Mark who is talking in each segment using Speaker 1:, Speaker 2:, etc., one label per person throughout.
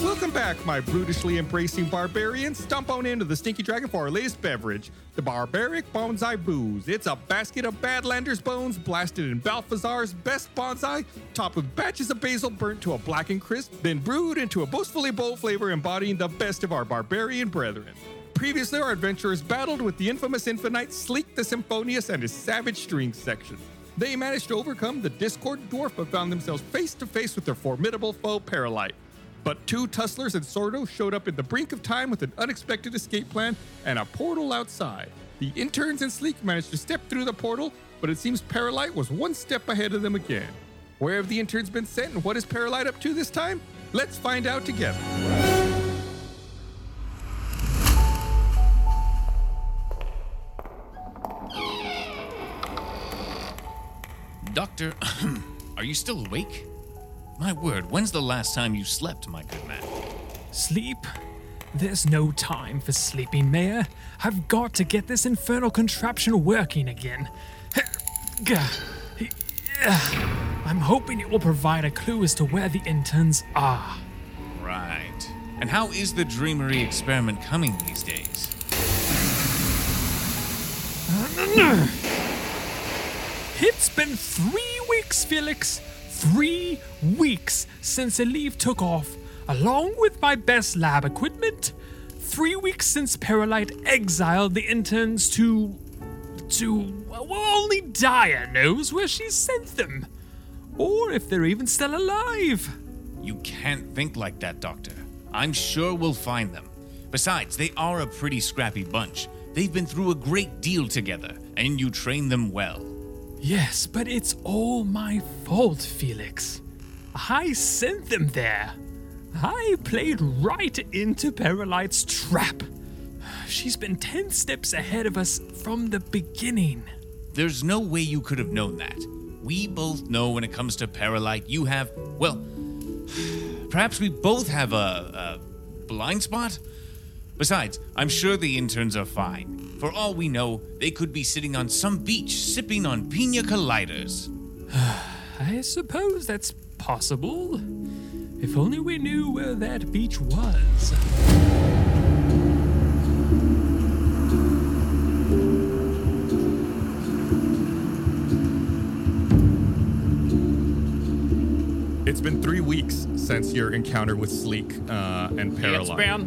Speaker 1: Welcome back, my brutishly embracing barbarians. Stomp on into the Stinky Dragon for our latest beverage, the Barbaric Bonsai Booze. It's a basket of Badlander's bones blasted in Balthazar's best bonsai, topped with batches of basil burnt to a black and crisp, then brewed into a boastfully bold flavor embodying the best of our barbarian brethren. Previously, our adventurers battled with the infamous Infinite Sleek the Symphonious and his savage string section. They managed to overcome the Discord Dwarf but found themselves face to face with their formidable foe, Paralyte. But two Tusslers and Sordo showed up at the brink of time with an unexpected escape plan and a portal outside. The interns and Sleek managed to step through the portal, but it seems Paralyte was one step ahead of them again. Where have the interns been sent and what is Paralyte up to this time? Let's find out together.
Speaker 2: Doctor, are you still awake? My word, when's the last time you slept, my good man?
Speaker 3: Sleep? There's no time for sleeping, Mayor. I've got to get this infernal contraption working again. Gah. Yeah. I'm hoping it will provide a clue as to where the interns are.
Speaker 2: Right. And how is the dreamery experiment coming these days?
Speaker 3: It's been three weeks, Felix. Three weeks since the leave took off, along with my best lab equipment. Three weeks since Paralyte exiled the interns to. to. Well, only Dyer knows where she sent them. Or if they're even still alive.
Speaker 2: You can't think like that, Doctor. I'm sure we'll find them. Besides, they are a pretty scrappy bunch. They've been through a great deal together, and you train them well.
Speaker 3: Yes, but it's all my fault, Felix. I sent them there. I played right into Paralyte's trap. She's been 10 steps ahead of us from the beginning.
Speaker 2: There's no way you could have known that. We both know when it comes to Paralyte, you have, well, perhaps we both have a, a blind spot? Besides, I'm sure the interns are fine. For all we know, they could be sitting on some beach sipping on pina coladas.
Speaker 3: I suppose that's possible. If only we knew where that beach was.
Speaker 1: It's been three weeks since your encounter with Sleek uh, and Paralyte.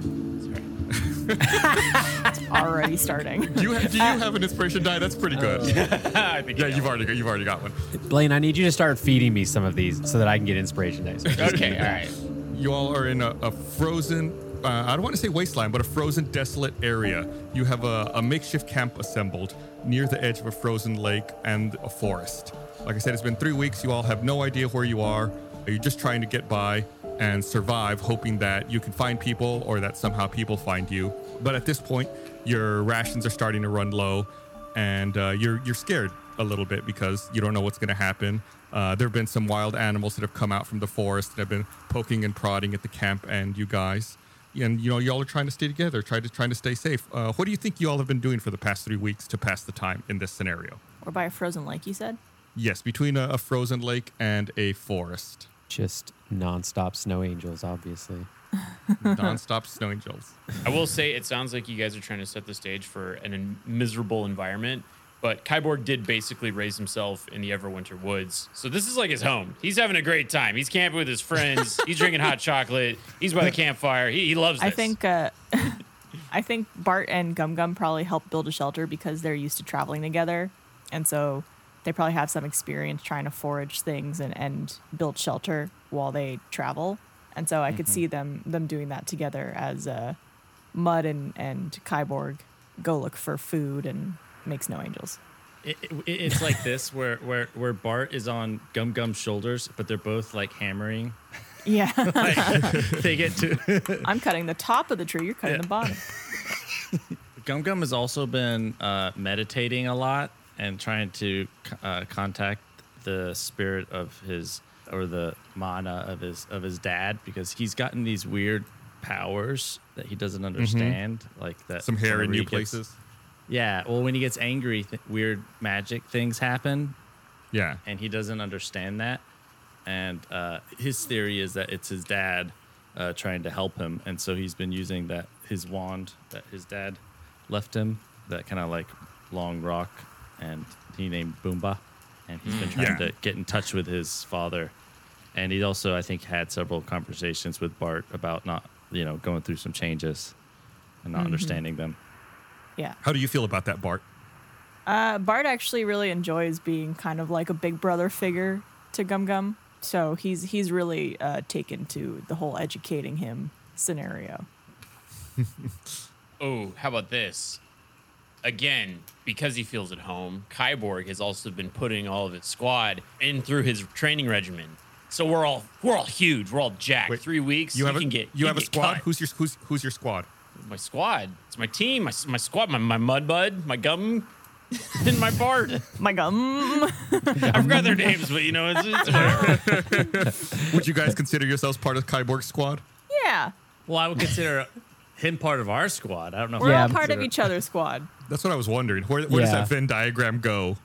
Speaker 4: already starting.
Speaker 1: Do you, have, do you have an inspiration die? That's pretty good. yeah, you've already got, you've already got one.
Speaker 5: Blaine, I need you to start feeding me some of these so that I can get inspiration dice.
Speaker 6: Okay, all right.
Speaker 1: You all are in a, a frozen, uh, I don't want to say wasteland, but a frozen, desolate area. You have a, a makeshift camp assembled near the edge of a frozen lake and a forest. Like I said, it's been three weeks. You all have no idea where you are. Are you just trying to get by and survive, hoping that you can find people or that somehow people find you? But at this point, your rations are starting to run low, and uh, you're you're scared a little bit because you don't know what's going to happen. Uh, there have been some wild animals that have come out from the forest and have been poking and prodding at the camp and you guys. And you know, y'all are trying to stay together, trying to trying to stay safe. Uh, what do you think you all have been doing for the past three weeks to pass the time in this scenario?
Speaker 4: Or by a frozen lake, you said?
Speaker 1: Yes, between a, a frozen lake and a forest,
Speaker 5: Just nonstop snow angels, obviously.
Speaker 1: nonstop snow angels.
Speaker 6: I will say it sounds like you guys are trying to set the stage for an in- miserable environment, but Kyborg did basically raise himself in the Everwinter Woods. So this is like his home. He's having a great time. He's camping with his friends. He's drinking hot chocolate. He's by the campfire. He, he loves this.
Speaker 4: I think uh, I think Bart and Gum Gum probably helped build a shelter because they're used to traveling together, and so they probably have some experience trying to forage things and, and build shelter while they travel. And so I could see them them doing that together as uh, Mud and and Kyborg go look for food and make snow angels.
Speaker 7: It, it, it's like this where, where where Bart is on Gum Gum's shoulders, but they're both like hammering.
Speaker 4: Yeah,
Speaker 7: they get to
Speaker 4: I'm cutting the top of the tree. You're cutting the bottom.
Speaker 7: Gum Gum has also been uh, meditating a lot and trying to uh, contact the spirit of his or the mana of his of his dad because he's gotten these weird powers that he doesn't understand, like that.
Speaker 1: Mm-hmm. Some hair in
Speaker 7: whenever
Speaker 1: new
Speaker 7: he gets-
Speaker 1: places.
Speaker 7: Yeah. Well, when he gets angry, th- weird magic things happen,
Speaker 1: Yeah.
Speaker 7: and he doesn't understand that. And uh, his theory is that it's his dad uh, trying to help him, and so he's been using that his wand that his dad left him, that kind of like long rock, and he named Boomba, and he's been trying
Speaker 1: Mm. Yeah.
Speaker 7: to get in touch with his father, and he also I think had several conversations with Bart about not you know going through some changes and not understanding them.
Speaker 4: Yeah.
Speaker 1: Mm-hmm. How do you feel about that, Bart?
Speaker 4: Uh, Bart actually really enjoys being kind of like a big brother figure to Gum Gum. So he's he's really uh, taken to the whole educating him scenario.
Speaker 6: Oh, how about this? Again, because he feels at home, Kyborg has also been putting all of his squad in through his training regimen. So we're all we're all huge. We're all jacked.
Speaker 1: Wait,
Speaker 6: Three weeks. You,
Speaker 1: have
Speaker 6: can
Speaker 1: a,
Speaker 6: get.
Speaker 1: you have a
Speaker 6: can get
Speaker 1: squad.
Speaker 6: cut.
Speaker 1: Who's your who's who's your squad?
Speaker 6: my squad? It's my team. My, s- my squad. My my mud bud. My gum. and my bard.
Speaker 4: My gum.
Speaker 6: I forgot their names, but you know it's, it's whatever.
Speaker 1: Would you guys consider yourselves part of Kyborg's squad?
Speaker 4: Yeah.
Speaker 7: Well, I would consider him part of our squad. I don't know.
Speaker 4: We're
Speaker 5: Yeah,
Speaker 4: all part of
Speaker 5: sure.
Speaker 4: each other's squad.
Speaker 1: That's what I was wondering. Where, where does
Speaker 5: Yeah.
Speaker 1: that Venn diagram go?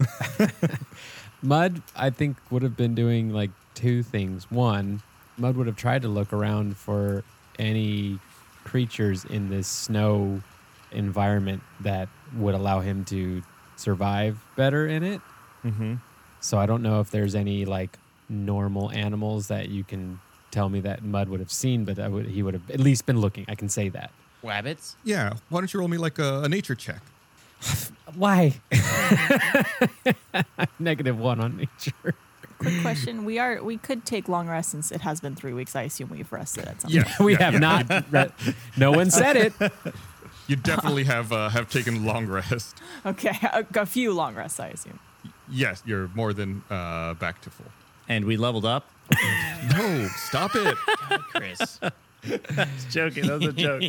Speaker 5: Mud, I think, would have been doing like two things. One, Mud would have tried to look around for any creatures in this snow environment that would allow him to survive better in it. Mm-hmm. So I don't know if there's any like normal animals that you can tell me that Mud would have seen, but I would, he would have at least been looking. I can say that.
Speaker 6: Wabbits.
Speaker 1: yeah. Why don't you roll me like a, a nature check?
Speaker 5: Why? Negative one on nature.
Speaker 4: Quick question: We are we could take long rest since it has been three weeks. I assume we've rested at some. point.
Speaker 5: We have not. Re- no one said it.
Speaker 1: You definitely have uh, have taken long rest.
Speaker 4: Okay, a, a few long rests. I assume.
Speaker 1: Yes, you're more than uh, back to full.
Speaker 7: And we leveled up.
Speaker 1: No, stop it.
Speaker 6: Chris.
Speaker 7: joking. That was a joke.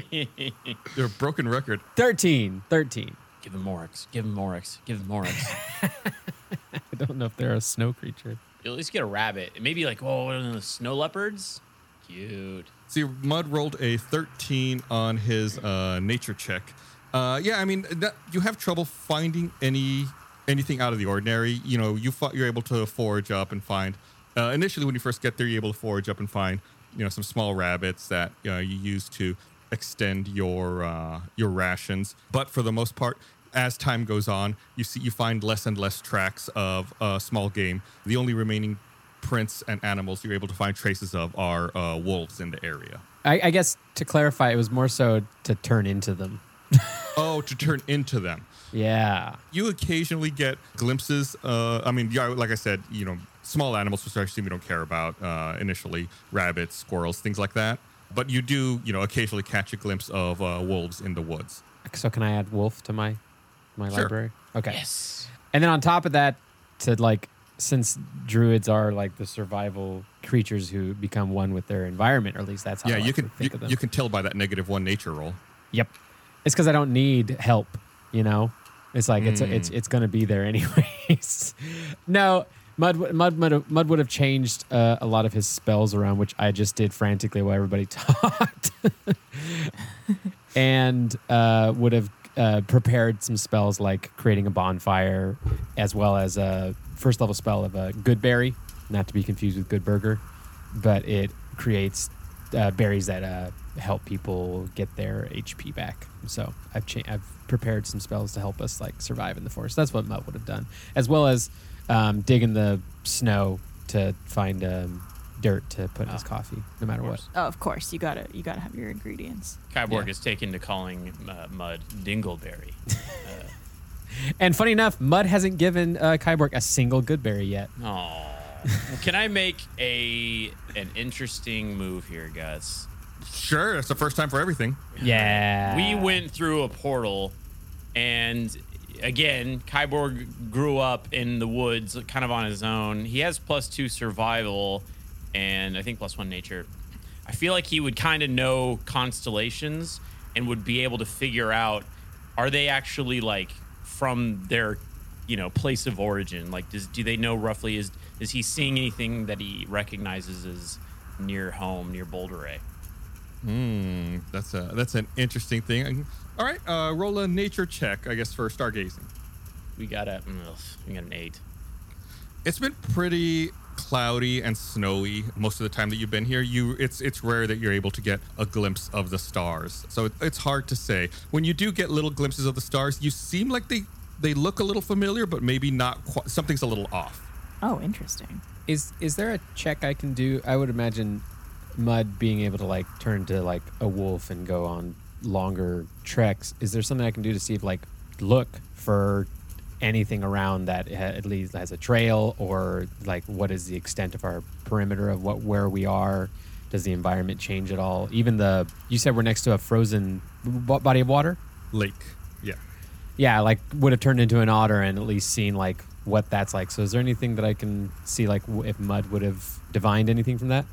Speaker 1: You're a broken record.
Speaker 5: 13. 13.
Speaker 6: Give him Morix. Give him Morix. Give him Morix.
Speaker 5: I don't know if they're a snow creature.
Speaker 6: You'll at least get a rabbit. And Maybe like, oh, one of the snow leopards. Cute.
Speaker 1: See, Mud rolled a 13 on his uh, nature check. Uh, yeah, I mean, that, you have trouble finding any anything out of the ordinary. You know, you fi- you're able to forage up and find. Uh, initially, when you first get there, you're able to forage up and find, you know, some small rabbits that you, know, you use to extend your uh, your rations. But for the most part, as time goes on, you see you find less and less tracks of uh, small game. The only remaining prints and animals you're able to find traces of are uh, wolves in the area.
Speaker 5: I, I guess to clarify, it was more so to turn into them.
Speaker 1: Oh, to turn into them.
Speaker 5: Yeah.
Speaker 1: You occasionally get glimpses. Uh, I mean, yeah, like I said, you know, small animals, which I assume you don't care about uh, initially, rabbits, squirrels, things like that. But you do, you know, occasionally catch a glimpse of uh, wolves in the woods.
Speaker 5: So can I add wolf to my my
Speaker 1: Sure.
Speaker 5: library? Okay.
Speaker 6: Yes.
Speaker 5: And then on top of that, to like, since druids are like the survival creatures who become one with their environment, or at least that's how
Speaker 1: yeah,
Speaker 5: I
Speaker 1: you
Speaker 5: like
Speaker 1: can
Speaker 5: to
Speaker 1: you,
Speaker 5: think of them.
Speaker 1: you can tell by that negative one nature roll.
Speaker 5: Yep. It's because I don't need help. You know, it's like it's it's it's gonna be there anyways. no, mud w- mud mud mud would have changed uh, a lot of his spells around, which I just did frantically while everybody talked, and uh, would have. Uh, prepared some spells like creating a bonfire, as well as a first level spell of a good berry, not to be confused with good burger, but it creates uh, berries that uh, help people get their HP back. So I've cha- I've prepared some spells to help us like survive in the forest. That's what Mutt would have done, as well as um, dig in the snow to find um, dirt to put in his coffee, no matter what.
Speaker 4: Oh, Ah. of course, you gotta you gotta have your ingredients.
Speaker 6: Kyborg
Speaker 5: Yeah.
Speaker 6: is taken to calling uh, Mud Dingleberry. Uh,
Speaker 5: And funny enough, Mud hasn't given uh, Kyborg a single good berry yet.
Speaker 6: Oh. Can I make a an interesting move here, Gus?
Speaker 1: Sure, it's the first time for everything.
Speaker 5: Yeah,
Speaker 6: We went through a portal, and again, Kyborg grew up in the woods, kind of on his own. He has plus two survival, and I think plus one nature. I feel like he would kind of know constellations and would be able to figure out are they actually like from their you know place of origin like does do they know roughly is Is he seeing anything that he recognizes as near home, near Boulder Ray?
Speaker 1: Hmm, That's a that's an interesting thing. All right, uh, roll a nature check, I guess, for stargazing.
Speaker 6: We got a, ugh, we got an eight.
Speaker 1: It's been pretty cloudy and snowy most of the time that you've been here. You it's it's rare that you're able to get a glimpse of the stars. So it, it's hard to say. When you do get little glimpses of the stars, you seem like they they look a little familiar, but maybe not quite, something's a little off.
Speaker 4: Oh, interesting.
Speaker 5: Is is there a check I can do? I would imagine Mud being able to like turn to like a wolf and go on longer treks. Is there something I can do to see if like look for anything around that ha- at least has a trail or like what is the extent of our perimeter of what where we are? Does the environment change at all? Even the you said we're next to a frozen b- body of water.
Speaker 1: Lake. Yeah.
Speaker 5: yeah, like would have turned into an otter and at least seen like what that's like. So is there anything that I can see like w- if Mud would have divined anything from that?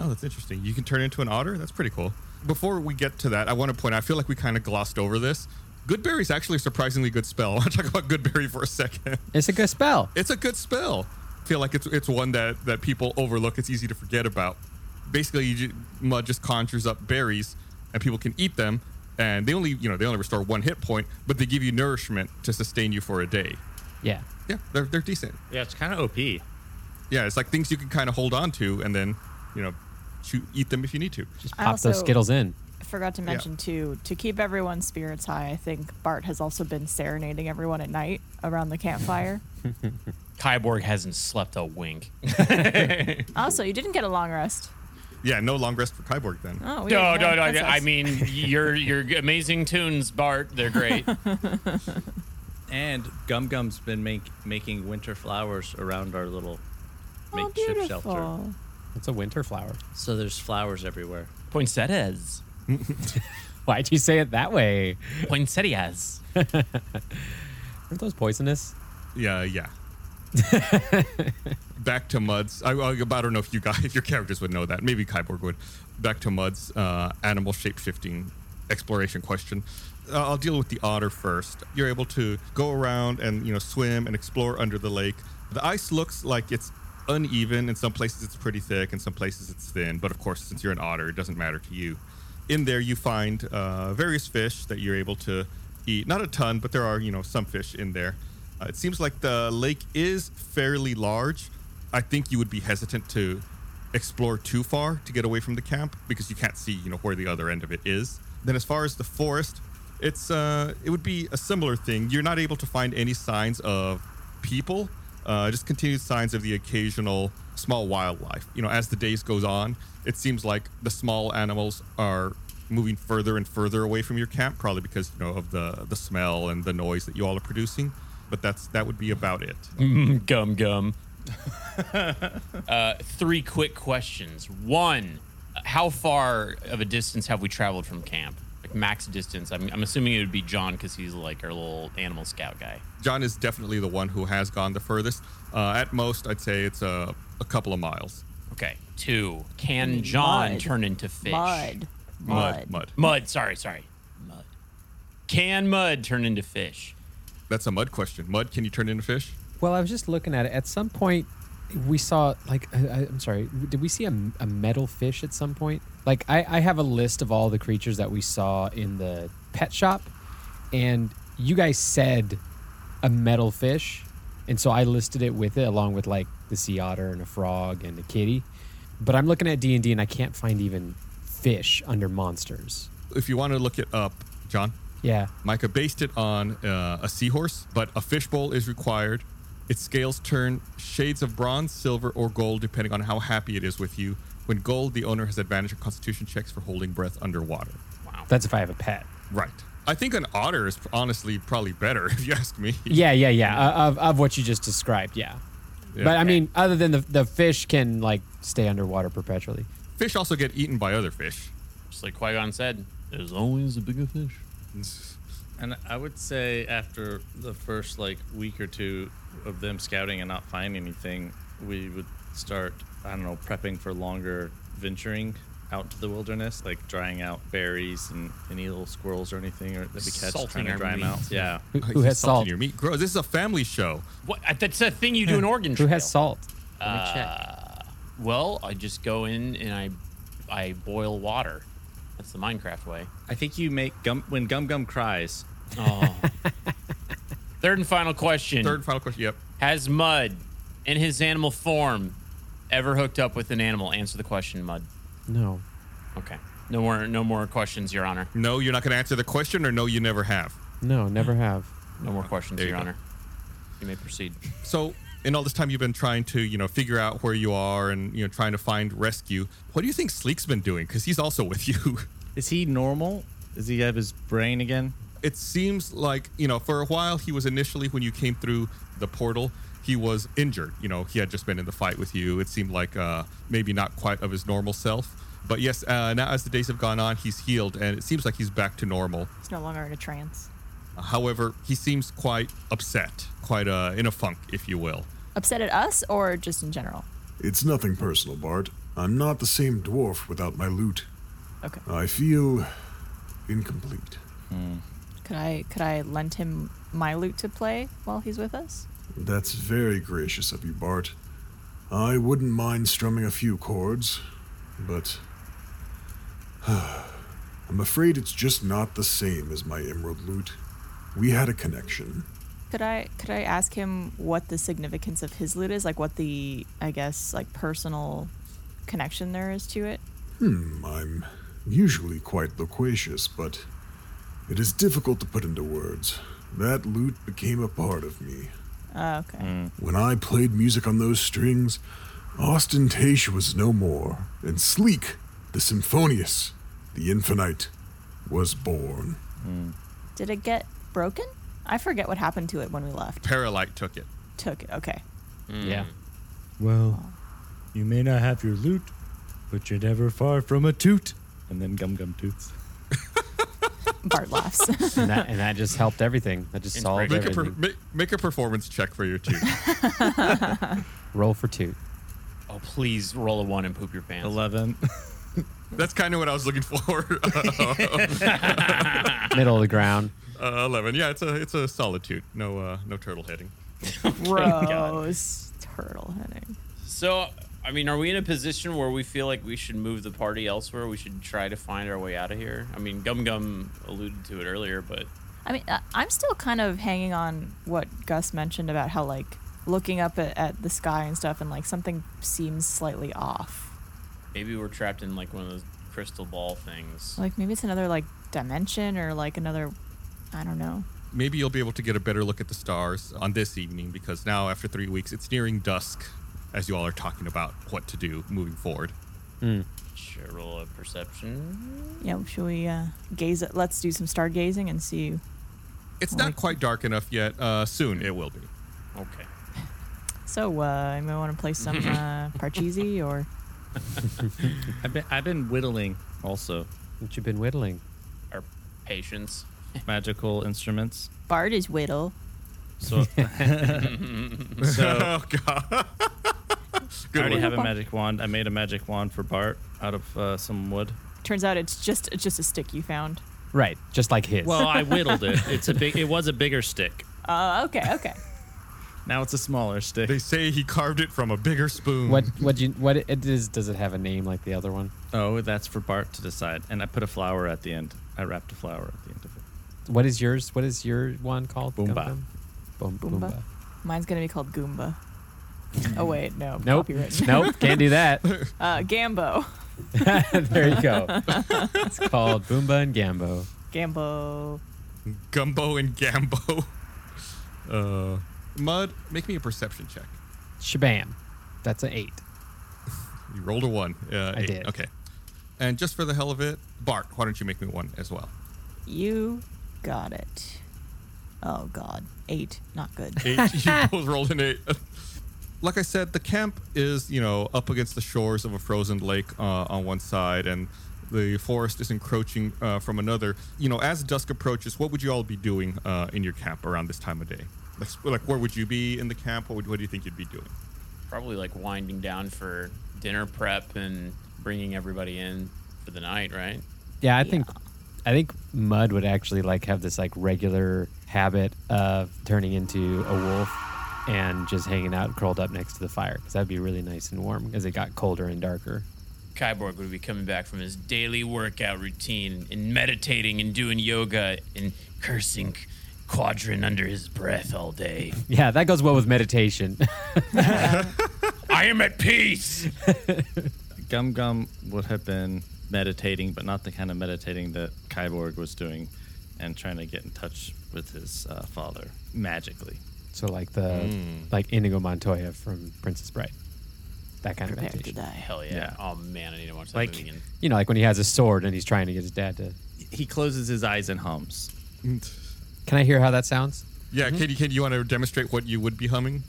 Speaker 1: Oh, that's interesting. You can turn into an otter. That's pretty cool. Before we get to that, I want to point out, I feel like we kind of glossed over this. Goodberry's actually a surprisingly good spell. I want to talk about Goodberry for a second.
Speaker 5: It's a good spell.
Speaker 1: It's a good spell. I feel like it's it's one that that people overlook. It's easy to forget about. Basically, you ju- mud just conjures up berries, and people can eat them. And they only you know they only restore one hit point, but they give you nourishment to sustain you for a day.
Speaker 5: Yeah.
Speaker 1: Yeah, they're they're decent.
Speaker 8: Yeah, it's kind of OP.
Speaker 1: Yeah, it's like things you can kind of hold on to, and then you know, shoot, eat them if you need to.
Speaker 5: Just
Speaker 4: I
Speaker 5: pop those
Speaker 4: also-
Speaker 5: Skittles in.
Speaker 4: I forgot to mention too to keep everyone's spirits high. I think Bart has also been serenading everyone at night around the campfire.
Speaker 6: Kyborg hasn't slept a wink.
Speaker 4: also, you didn't get a long rest.
Speaker 1: Yeah, no long rest for Kyborg then.
Speaker 4: Oh, weird.
Speaker 6: No, no, no.
Speaker 4: that
Speaker 6: I
Speaker 4: sucks.
Speaker 6: mean, your your amazing tunes, Bart. They're great.
Speaker 7: And Gum Gum's been make, making winter flowers around our little
Speaker 4: oh,
Speaker 7: makeshift shelter.
Speaker 4: beautiful.
Speaker 5: It's a winter flower.
Speaker 7: So there's flowers everywhere.
Speaker 6: Poinsettias.
Speaker 5: Why'd you say it that way?
Speaker 6: Poinsettias.
Speaker 5: Aren't those poisonous?
Speaker 1: Yeah, yeah. Back to Muds. I, I, I don't know if you guys, if your characters would know that. Maybe Kyborg would. Back to Muds. Uh, animal shape shifting exploration question. Uh, I'll deal with the otter first. You're able to go around and you know swim and explore under the lake. The ice looks like it's uneven. In some places it's pretty thick, in some places it's thin. But of course, since you're an otter, it doesn't matter to you. In there, you find uh, various fish that you're able to eat. Not a ton, but there are you know some fish in there. Uh, it seems like the lake is fairly large. I think you would be hesitant to explore too far to get away from the camp because you can't see, you know, where the other end of it is. Then, as far as the forest, it's uh, it would be a similar thing. You're not able to find any signs of people, uh, just continued signs of the occasional small wildlife. You know, as the days goes on, it seems like the small animals are moving further and further away from your camp, probably because you know of the the smell and the noise that you all are producing. But that's that would be about it.
Speaker 6: gum gum. uh, three quick questions. One, how far of a distance have we traveled from camp? Like max distance. I'm, I'm assuming it would be John because he's like our little animal scout guy.
Speaker 1: John is definitely the one who has gone the furthest. Uh, at most, I'd say it's a, a couple of miles.
Speaker 6: Okay. Two, can John
Speaker 4: Mud.
Speaker 6: turn into fish?
Speaker 4: Mud.
Speaker 1: Mud,
Speaker 4: Mud.
Speaker 1: mud.
Speaker 6: Mud. Sorry, sorry. Mud. Can mud turn into fish?
Speaker 1: That's a mud question. Mud, can you turn into fish?
Speaker 5: Well, I was just looking at it. At some point, we saw like I, I- I'm sorry, did we see a, a metal fish at some point? Like I, I have a list of all the creatures that we saw in the pet shop, and you guys said a metal fish, and so I listed it with it along with like the sea otter and a frog and a kitty. But I'm looking at D and D and I can't find even fish under monsters.
Speaker 1: If you want to look it up, John,
Speaker 5: Yeah,
Speaker 1: Micah based it on uh, a seahorse, but a fishbowl is required. Its scales turn shades of bronze, silver, or gold, depending on how happy it is with you. When gold, the owner has advantage of constitution checks for holding breath underwater.
Speaker 5: that's if I have a pet.
Speaker 1: Right. I think an otter is honestly probably better, if you ask me.
Speaker 5: Yeah, yeah, yeah. Uh, of of what you just described, yeah.
Speaker 1: Yeah.
Speaker 5: But I mean, other than the the fish can like stay underwater perpetually.
Speaker 1: Fish also get eaten by other fish.
Speaker 6: Just like Qui Gon said, there's always a bigger fish.
Speaker 7: And I would say after the first like week or two of them scouting and not finding anything, we would start I don't know prepping for longer venturing out into the wilderness, like drying out berries and any little squirrels or anything or that we catch,
Speaker 6: Salting
Speaker 7: trying to
Speaker 6: our
Speaker 7: dry them out.
Speaker 6: meat.
Speaker 7: Yeah.
Speaker 5: Who, who has
Speaker 1: Salt in
Speaker 5: salt?
Speaker 1: your meat? Gross. This is a family show.
Speaker 6: What? That's a thing you do in Oregon.
Speaker 5: Who
Speaker 6: Trail.
Speaker 5: has salt? Let me check.
Speaker 6: Uh, Well, I just go in and I I boil water. That's the Minecraft way.
Speaker 7: I think you make gum when Gum Gum cries.
Speaker 6: Oh. Third and final question.
Speaker 1: Third and final question. Yep.
Speaker 6: Has Mud in his animal form ever hooked up with an animal? Answer the question, Mud.
Speaker 5: No.
Speaker 6: Okay. No more no more questions, Your Honor.
Speaker 1: No, you're not going to answer the question, or no, you never have.
Speaker 5: No, never have.
Speaker 6: No more questions,
Speaker 1: There you
Speaker 6: Your
Speaker 1: go.
Speaker 6: Honor. You may proceed.
Speaker 1: So, in all this time, you've been trying to, you know, figure out where you are and, you know, trying to find rescue. What do you think Sleek's been doing? Because he's also with you.
Speaker 7: Is he normal? Does he have his brain again?
Speaker 1: It seems like, you know, for a while, he was initially, when you came through the portal, he was injured. You know, he had just been in the fight with you. It seemed like uh, maybe not quite of his normal self. But yes, uh, now as the days have gone on, he's healed and it seems like he's back to normal.
Speaker 4: It's no longer in a trance.
Speaker 1: However, he seems quite upset, quite uh, in a funk, if you will.
Speaker 4: Upset at us or just in general?
Speaker 8: It's nothing personal, Bart. I'm not the same dwarf without my loot.
Speaker 4: Okay.
Speaker 8: I feel incomplete.
Speaker 4: Could I could I lend him my loot to play while he's with us?
Speaker 8: That's very gracious of you, Bart. I wouldn't mind strumming a few chords, but. I'm afraid it's just not the same as my emerald loot. We had a connection.
Speaker 4: Could I could I ask him what the significance of his loot is? Like what the I guess like personal connection there is to it?
Speaker 8: Hmm, I'm usually quite loquacious, but it is difficult to put into words. That loot became a part of me.
Speaker 4: Uh, okay.
Speaker 1: Hmm.
Speaker 8: When I played music on those strings, ostentation was no more, and Sleek, the symphonious, the infinite, was born.
Speaker 1: Hmm.
Speaker 4: Did it get broken? I forget what happened to it when we left.
Speaker 1: Paralyte took it.
Speaker 4: Took it. Okay.
Speaker 6: Mm.
Speaker 5: Yeah.
Speaker 7: Well, you may not have your loot, but you're never far from a toot. And then Gum Gum toots.
Speaker 4: Bart laughs.
Speaker 5: And that, and that just helped everything. That just solved
Speaker 1: Make a,
Speaker 5: everything.
Speaker 1: per- make, make a performance check for your two.
Speaker 5: Roll for two.
Speaker 6: Oh please roll a one and poop your pants.
Speaker 7: Eleven.
Speaker 1: That's kind of what I was looking for.
Speaker 5: Middle of the ground.
Speaker 1: Uh, Eleven. Yeah, it's a it's a solitude. No uh, no turtle heading.
Speaker 4: Gross. Turtle heading.
Speaker 6: So, I mean, are we in a position where we feel like we should move the party elsewhere? We should try to find our way out of here? I mean, Gum Gum alluded to it earlier, but
Speaker 4: I mean, I- I'm still kind of hanging on what Gus mentioned about how like looking up at, at the sky and stuff, and like something seems slightly off.
Speaker 6: maybe we're trapped in like one of those crystal ball things.
Speaker 4: Like maybe it's another like dimension or like another, I don't know.
Speaker 1: Maybe you'll be able to get a better look at the stars on this evening because now after three weeks, it's nearing dusk. As you all are talking about what to do moving forward.
Speaker 5: Hmm.
Speaker 6: Sure, roll a perception.
Speaker 4: Yeah, should we uh, gaze at? Let's do some stargazing and see.
Speaker 1: It's not quite dark enough yet. Uh, soon it will be.
Speaker 6: Okay.
Speaker 4: So, uh, I might want to play some uh, Parcheesi or
Speaker 7: I've been I've been whittling also
Speaker 5: What you been whittling?
Speaker 6: Our patience.
Speaker 7: magical instruments.
Speaker 4: Bard is whittle.
Speaker 7: So, so
Speaker 1: Oh God.
Speaker 7: I already
Speaker 4: one.
Speaker 7: have a magic wand. I made a magic wand for Bart out of uh, some wood.
Speaker 4: Turns out it's just it's just a stick you found.
Speaker 5: Right. Just like his.
Speaker 7: Well, I whittled it. It's a big. It was a bigger stick.
Speaker 4: Oh, okay, okay.
Speaker 7: Now it's a smaller stick.
Speaker 1: They say he carved it from a bigger spoon.
Speaker 5: what what you what it is does it have a name like the other one?
Speaker 7: Oh, that's for Bart to decide. And I put a flower at the end. I wrapped a flower at the end of it.
Speaker 5: What is yours? What is your one called?
Speaker 7: Boomba.
Speaker 5: Gum Gum? Boom,
Speaker 4: Boomba.
Speaker 5: boomba.
Speaker 4: Mine's gonna be called Goomba. Oh wait, no,
Speaker 5: Mm. Nope.
Speaker 4: copyright.
Speaker 5: Nope. Can't do that.
Speaker 4: Uh, Gambo.
Speaker 5: there you go. It's called Boomba and Gambo.
Speaker 4: Gambo.
Speaker 1: Gumbo and Gambo. Uh, Mud, make me a perception check.
Speaker 5: Shabam. That's an eight.
Speaker 1: You rolled a one. Uh,
Speaker 5: I
Speaker 1: eight.
Speaker 5: did.
Speaker 1: Okay. And just for the hell of it, Bart, why don't you make me one as well?
Speaker 4: You got it. Oh god. Eight. Not good.
Speaker 1: Eight. you both rolled an eight. Like I said, the camp is, you know, up against the shores of a frozen lake uh, on one side, and the forest is encroaching uh, from another. You know, as dusk approaches, what would you all be doing uh, in your camp around this time of day? Like, s- like where would you be in the camp? What, would, what do you think you'd be doing?
Speaker 6: Probably like winding down for dinner prep and bringing everybody in for the night, right?
Speaker 5: Yeah, I think I think Mud would actually like have this like regular habit of turning into a wolf and just hanging out curled up next to the fire because that'd be really nice and warm as it got colder and darker.
Speaker 6: Kyborg would be coming back from his daily workout routine and meditating and doing yoga and cursing Quadrant under his breath all day.
Speaker 5: Yeah, that goes well with meditation.
Speaker 6: I am at peace.
Speaker 7: Gum Gum would have been meditating, but not the kind of meditating that Kyborg was doing and trying to get in touch with his uh, father magically.
Speaker 5: so like the like Inigo Montoya from Princess Bride, that kind of
Speaker 4: Prepare to
Speaker 5: meditation.
Speaker 4: die.
Speaker 6: Hell yeah.
Speaker 7: Yeah.
Speaker 6: Oh man, I need to watch that
Speaker 7: Like-
Speaker 6: movie again.
Speaker 5: You know, like when he has a sword and he's trying to get his dad to.
Speaker 7: He closes his eyes and hums.
Speaker 5: Can I hear how that sounds?
Speaker 1: Mm.
Speaker 5: Mm-hmm.
Speaker 1: Yeah, Katie, Katie, you want to demonstrate what you would be humming?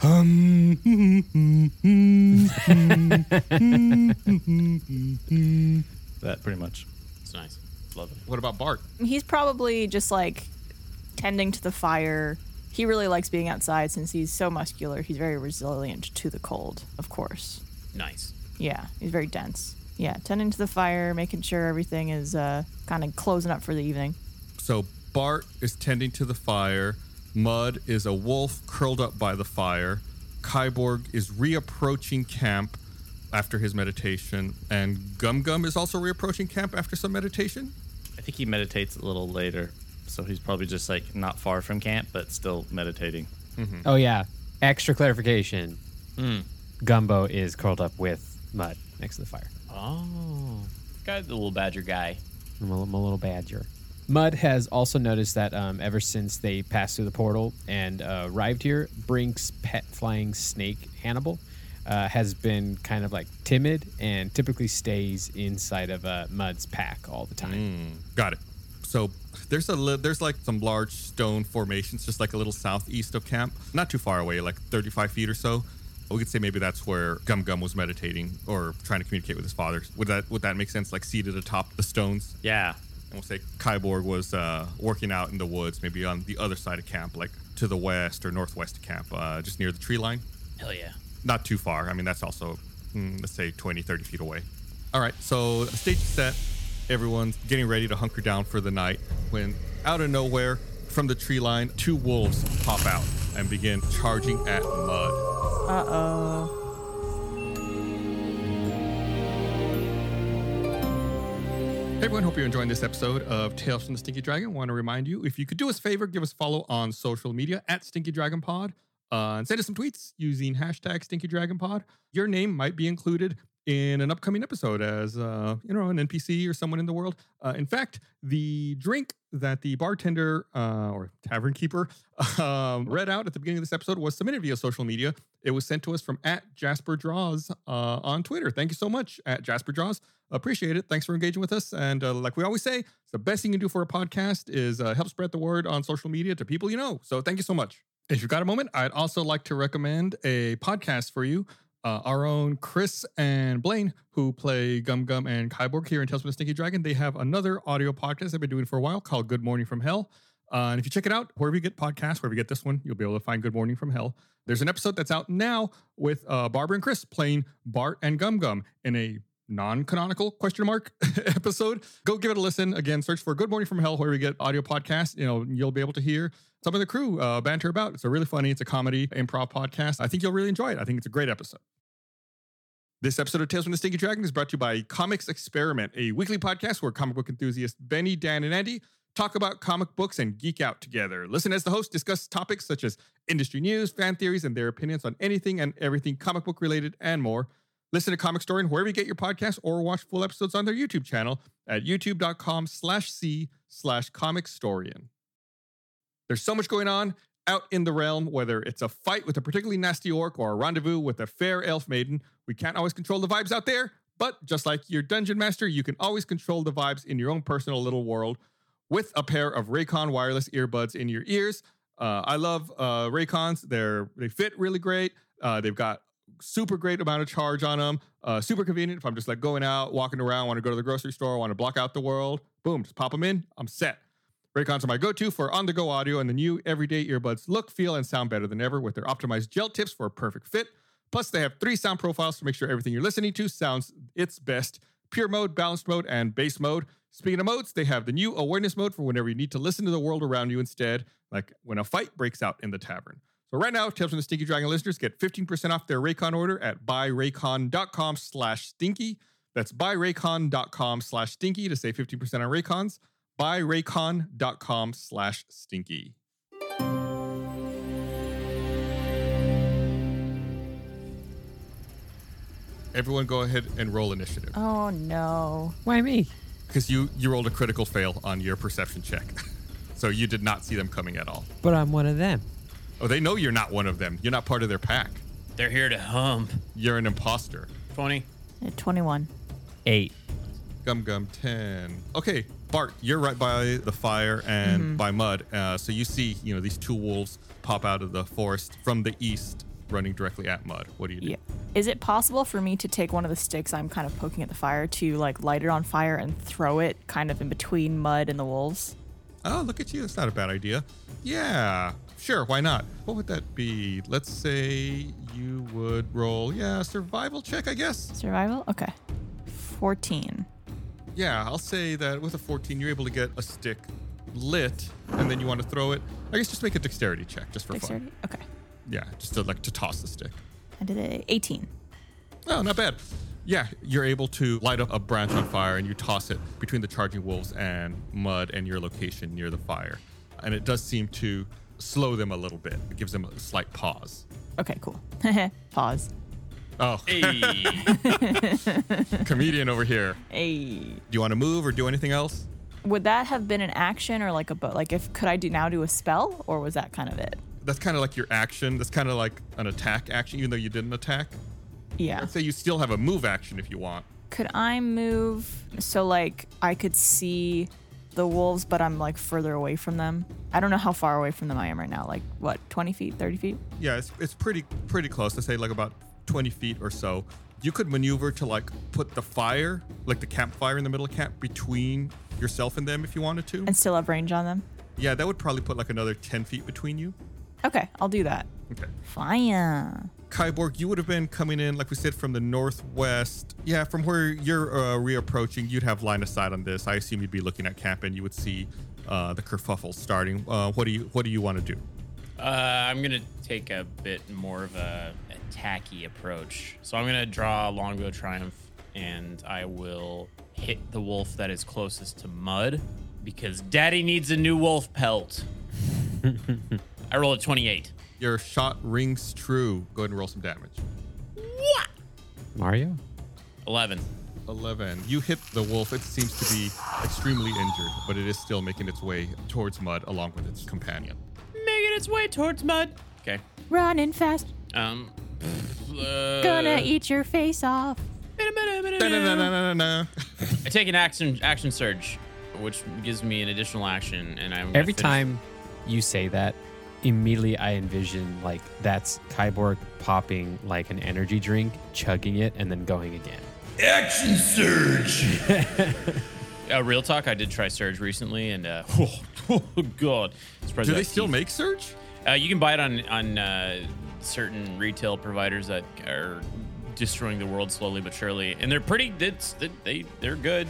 Speaker 7: That pretty much.
Speaker 6: It's nice. It's lovely.
Speaker 1: What about Bart?
Speaker 4: He's probably just like tending to the fire. He really likes being outside since he's so muscular. He's very resilient to the cold, of course.
Speaker 6: Nice.
Speaker 4: Yeah, he's very dense. Yeah, tending to the fire, making sure everything is uh, kind of closing up for the evening.
Speaker 1: So Bart is tending to the fire. Mud is a wolf curled up by the fire. Kyborg is reapproaching camp after his meditation, and Gum Gum is also reapproaching camp after some meditation.
Speaker 7: I think he meditates a little later. So he's probably just like not far from camp, but still meditating.
Speaker 6: Mm-hmm.
Speaker 5: Oh yeah, extra clarification.
Speaker 6: Mm.
Speaker 5: Gumbo is curled up with mud next to the fire.
Speaker 6: Oh, got the little badger guy.
Speaker 5: I'm a, I'm a little badger. Mud has also noticed that um, ever since they passed through the portal and uh, arrived here, Brink's pet flying snake, Hannibal, uh, has been kind of like timid and typically stays inside of uh, Mud's pack all the time.
Speaker 1: Hmm, Got it. So there's a li- there's like some large stone formations just like a little southeast of camp, not too far away, like 35 feet or so. We could say maybe that's where Gum Gum was meditating or trying to communicate with his father. Would that would that make sense? Like seated atop the stones.
Speaker 7: Yeah.
Speaker 1: And we'll say Kyborg was uh, working out in the woods, maybe on the other side of camp, like to the west or northwest of camp, uh, just near the tree line.
Speaker 6: Hell yeah.
Speaker 1: Not too far. I mean, that's also, mm, let's say, 20, 30 feet away. All right, so the stage is set. Everyone's getting ready to hunker down for the night when, out of nowhere, from the tree line, two wolves pop out and begin charging at Mud.
Speaker 4: Uh oh.
Speaker 1: Hey everyone, hope you're enjoying this episode of Tales from the Stinky Dragon. Want to remind you, if you could do us a favor, give us a follow on social media at Stinky Dragon Pod, uh, and send us some tweets using hashtag Stinky Dragon Pod. Your name might be included in an upcoming episode as uh, you know an NPC or someone in the world. Uh, in fact, the drink that the bartender uh, or tavern keeper um, read out at the beginning of this episode was submitted via social media. It was sent to us from at Jasper Draws uh, on Twitter. Thank you so much at Jasper Draws. Appreciate it. Thanks for engaging with us. And uh, like we always say, the best thing you can do for a podcast is uh, help spread the word on social media to people you know. So thank you so much. If you've got a moment, I'd also like to recommend a podcast for you. Uh, our own Chris and Blaine, who play Gum Gum and Kyborg here in Tales from the Stinky Dragon, they have another audio podcast they've been doing for a while called Good Morning from Hell. Uh, and if you check it out, wherever you get podcasts, wherever you get this one, you'll be able to find Good Morning from Hell. There's an episode that's out now with uh, Barbara and Chris playing Bart and Gum Gum in a non-canonical question mark episode. Go give it a listen. Again, search for Good Morning from Hell, where we get audio podcasts. You know, you'll be able to hear some of the crew uh, banter about. It's a really funny, it's a comedy improv podcast. I think you'll really enjoy it. I think it's a great episode. This episode of Tales from the Stinky Dragon is brought to you by Comics Experiment, a weekly podcast where comic book enthusiasts Benny, Dan, and Andy talk about comic books and geek out together. Listen as the host discuss topics such as industry news, fan theories, and their opinions on anything and everything comic book related and more. Listen to Comic Story and wherever you get your podcasts or watch full episodes on their YouTube channel at youtube.com slash C slash comic storian. There's so much going on out in the realm, whether it's a fight with a particularly nasty orc or a rendezvous with a fair elf maiden. We can't always control the vibes out there, but just like your dungeon master, you can always control the vibes in your own personal little world with a pair of Raycon wireless earbuds in your ears. Uh, I love uh, Raycons. They're they fit really great. Uh, they've got super great amount of charge on them. Uh, super convenient if I'm just like going out, walking around, want to go to the grocery store, want to block out the world. Boom, just pop them in. I'm set. Raycons are my go-to for on-the-go audio, and the new everyday earbuds look, feel, and sound better than ever with their optimized gel tips for a perfect fit. Plus, they have three sound profiles to make sure everything you're listening to sounds its best: pure mode, balanced mode, and bass mode. Speaking of modes, they have the new awareness mode for whenever you need to listen to the world around you instead, like when a fight breaks out in the tavern. So right now, tips from the Stinky Dragon listeners get 15% off their Raycon order at buyraycon.com slash stinky. That's buyraycon.com slash stinky to save 15% on Raycons. Buyraycon.com slash stinky. Everyone go ahead and roll initiative.
Speaker 4: Oh no.
Speaker 5: Why me?
Speaker 1: Because you, you rolled a critical fail on your perception check. so you did not see them coming at all.
Speaker 5: But I'm one of them.
Speaker 1: Oh, they know you're not one of them. You're not part of their pack.
Speaker 6: They're here to hump.
Speaker 1: You're an imposter.
Speaker 6: 20.
Speaker 4: Uh, 21.
Speaker 5: Eight.
Speaker 1: Gum Gum 10. Okay, Bart, you're right by the fire and
Speaker 4: Mm-hmm.
Speaker 1: by mud. Uh, so you see, you know, these two wolves pop out of the forest from the east, running directly at mud. What do you do?
Speaker 4: Yeah. Is it possible for me to take one of the sticks I'm kind of poking at the fire to like light it on fire and throw it kind of in between mud and the wolves?
Speaker 1: Oh, look at you. That's not a bad idea. Yeah, sure. Why not? What would that be? Let's say you would roll, yeah, survival check, I guess.
Speaker 4: Survival? Okay. 14.
Speaker 1: Yeah, I'll say that with a 14, you're able to get a stick lit, and then you want to throw it. I guess just make a dexterity check, just for
Speaker 4: Dexterity?
Speaker 1: fun.
Speaker 4: Okay.
Speaker 1: Yeah, just to like to toss the stick.
Speaker 4: I did it. 18.
Speaker 1: Oh, not bad. Yeah, you're able to light up a branch on fire and you toss it between the charging wolves and mud and your location near the fire. And it does seem to slow them a little bit. It gives them a slight pause.
Speaker 4: Okay, cool. Pause.
Speaker 1: Oh,
Speaker 6: Hey.
Speaker 1: comedian over here.
Speaker 4: Hey.
Speaker 1: Do you want to move or do anything else?
Speaker 4: Would that have been an action or like a but like if could I do now do a spell or was that kind of it?
Speaker 1: That's kind of like your action. That's kind of like an attack action, even though you didn't attack.
Speaker 4: Yeah.
Speaker 1: Say you still have a move action if you want.
Speaker 4: Could I move so like I could see the wolves but I'm like further away from them? I don't know how far away from them I am right now. Like what? 20 feet, 30 feet?
Speaker 1: Yeah, it's, it's pretty pretty close. Let's say like about 20 feet or so. You could maneuver to like put the fire, like the campfire in the middle of camp, between yourself and them if you wanted to.
Speaker 4: And still have range on them?
Speaker 1: Yeah, that would probably put like another 10 feet between you.
Speaker 4: Okay, I'll do that.
Speaker 1: Okay.
Speaker 4: Fire.
Speaker 1: Kyborg, you would have been coming in, like we said, from the northwest. Yeah, from where you're uh, reapproaching, you'd have line of sight on this. I assume you'd be looking at camp and you would see uh, the kerfuffle starting. Uh, what do you What do you want to do?
Speaker 6: Uh, I'm gonna take a bit more of a attacky approach. So I'm gonna draw longbow triumph, and I will hit the wolf that is closest to mud, because Daddy needs a new wolf pelt. I roll a 28.
Speaker 1: Your shot rings true. Go ahead and roll some damage.
Speaker 5: Mario?
Speaker 6: 11.
Speaker 1: 11. You hit the wolf. It seems to be extremely injured, but it is still making its way towards mud along with its companion.
Speaker 6: Making its way towards mud. Okay.
Speaker 4: Running fast,
Speaker 6: Um.
Speaker 4: gonna
Speaker 6: uh,
Speaker 4: eat your face off.
Speaker 1: Da-na-na-na-na-na.
Speaker 6: I take an action action surge, which gives me an additional action, and I'm gonna
Speaker 5: Every
Speaker 6: finish-
Speaker 5: time you say that, immediately I envision like that's Kyborg popping like an energy drink, chugging it, and then going again.
Speaker 6: Uh, real talk, I did try Surge recently, and uh, oh, god, surprised
Speaker 1: Do
Speaker 6: that
Speaker 1: they still
Speaker 6: teeth-
Speaker 1: make surge?
Speaker 6: Uh, you can buy it on on uh, certain retail providers that are destroying the world slowly but surely, and they're pretty. It's, they- they they're good.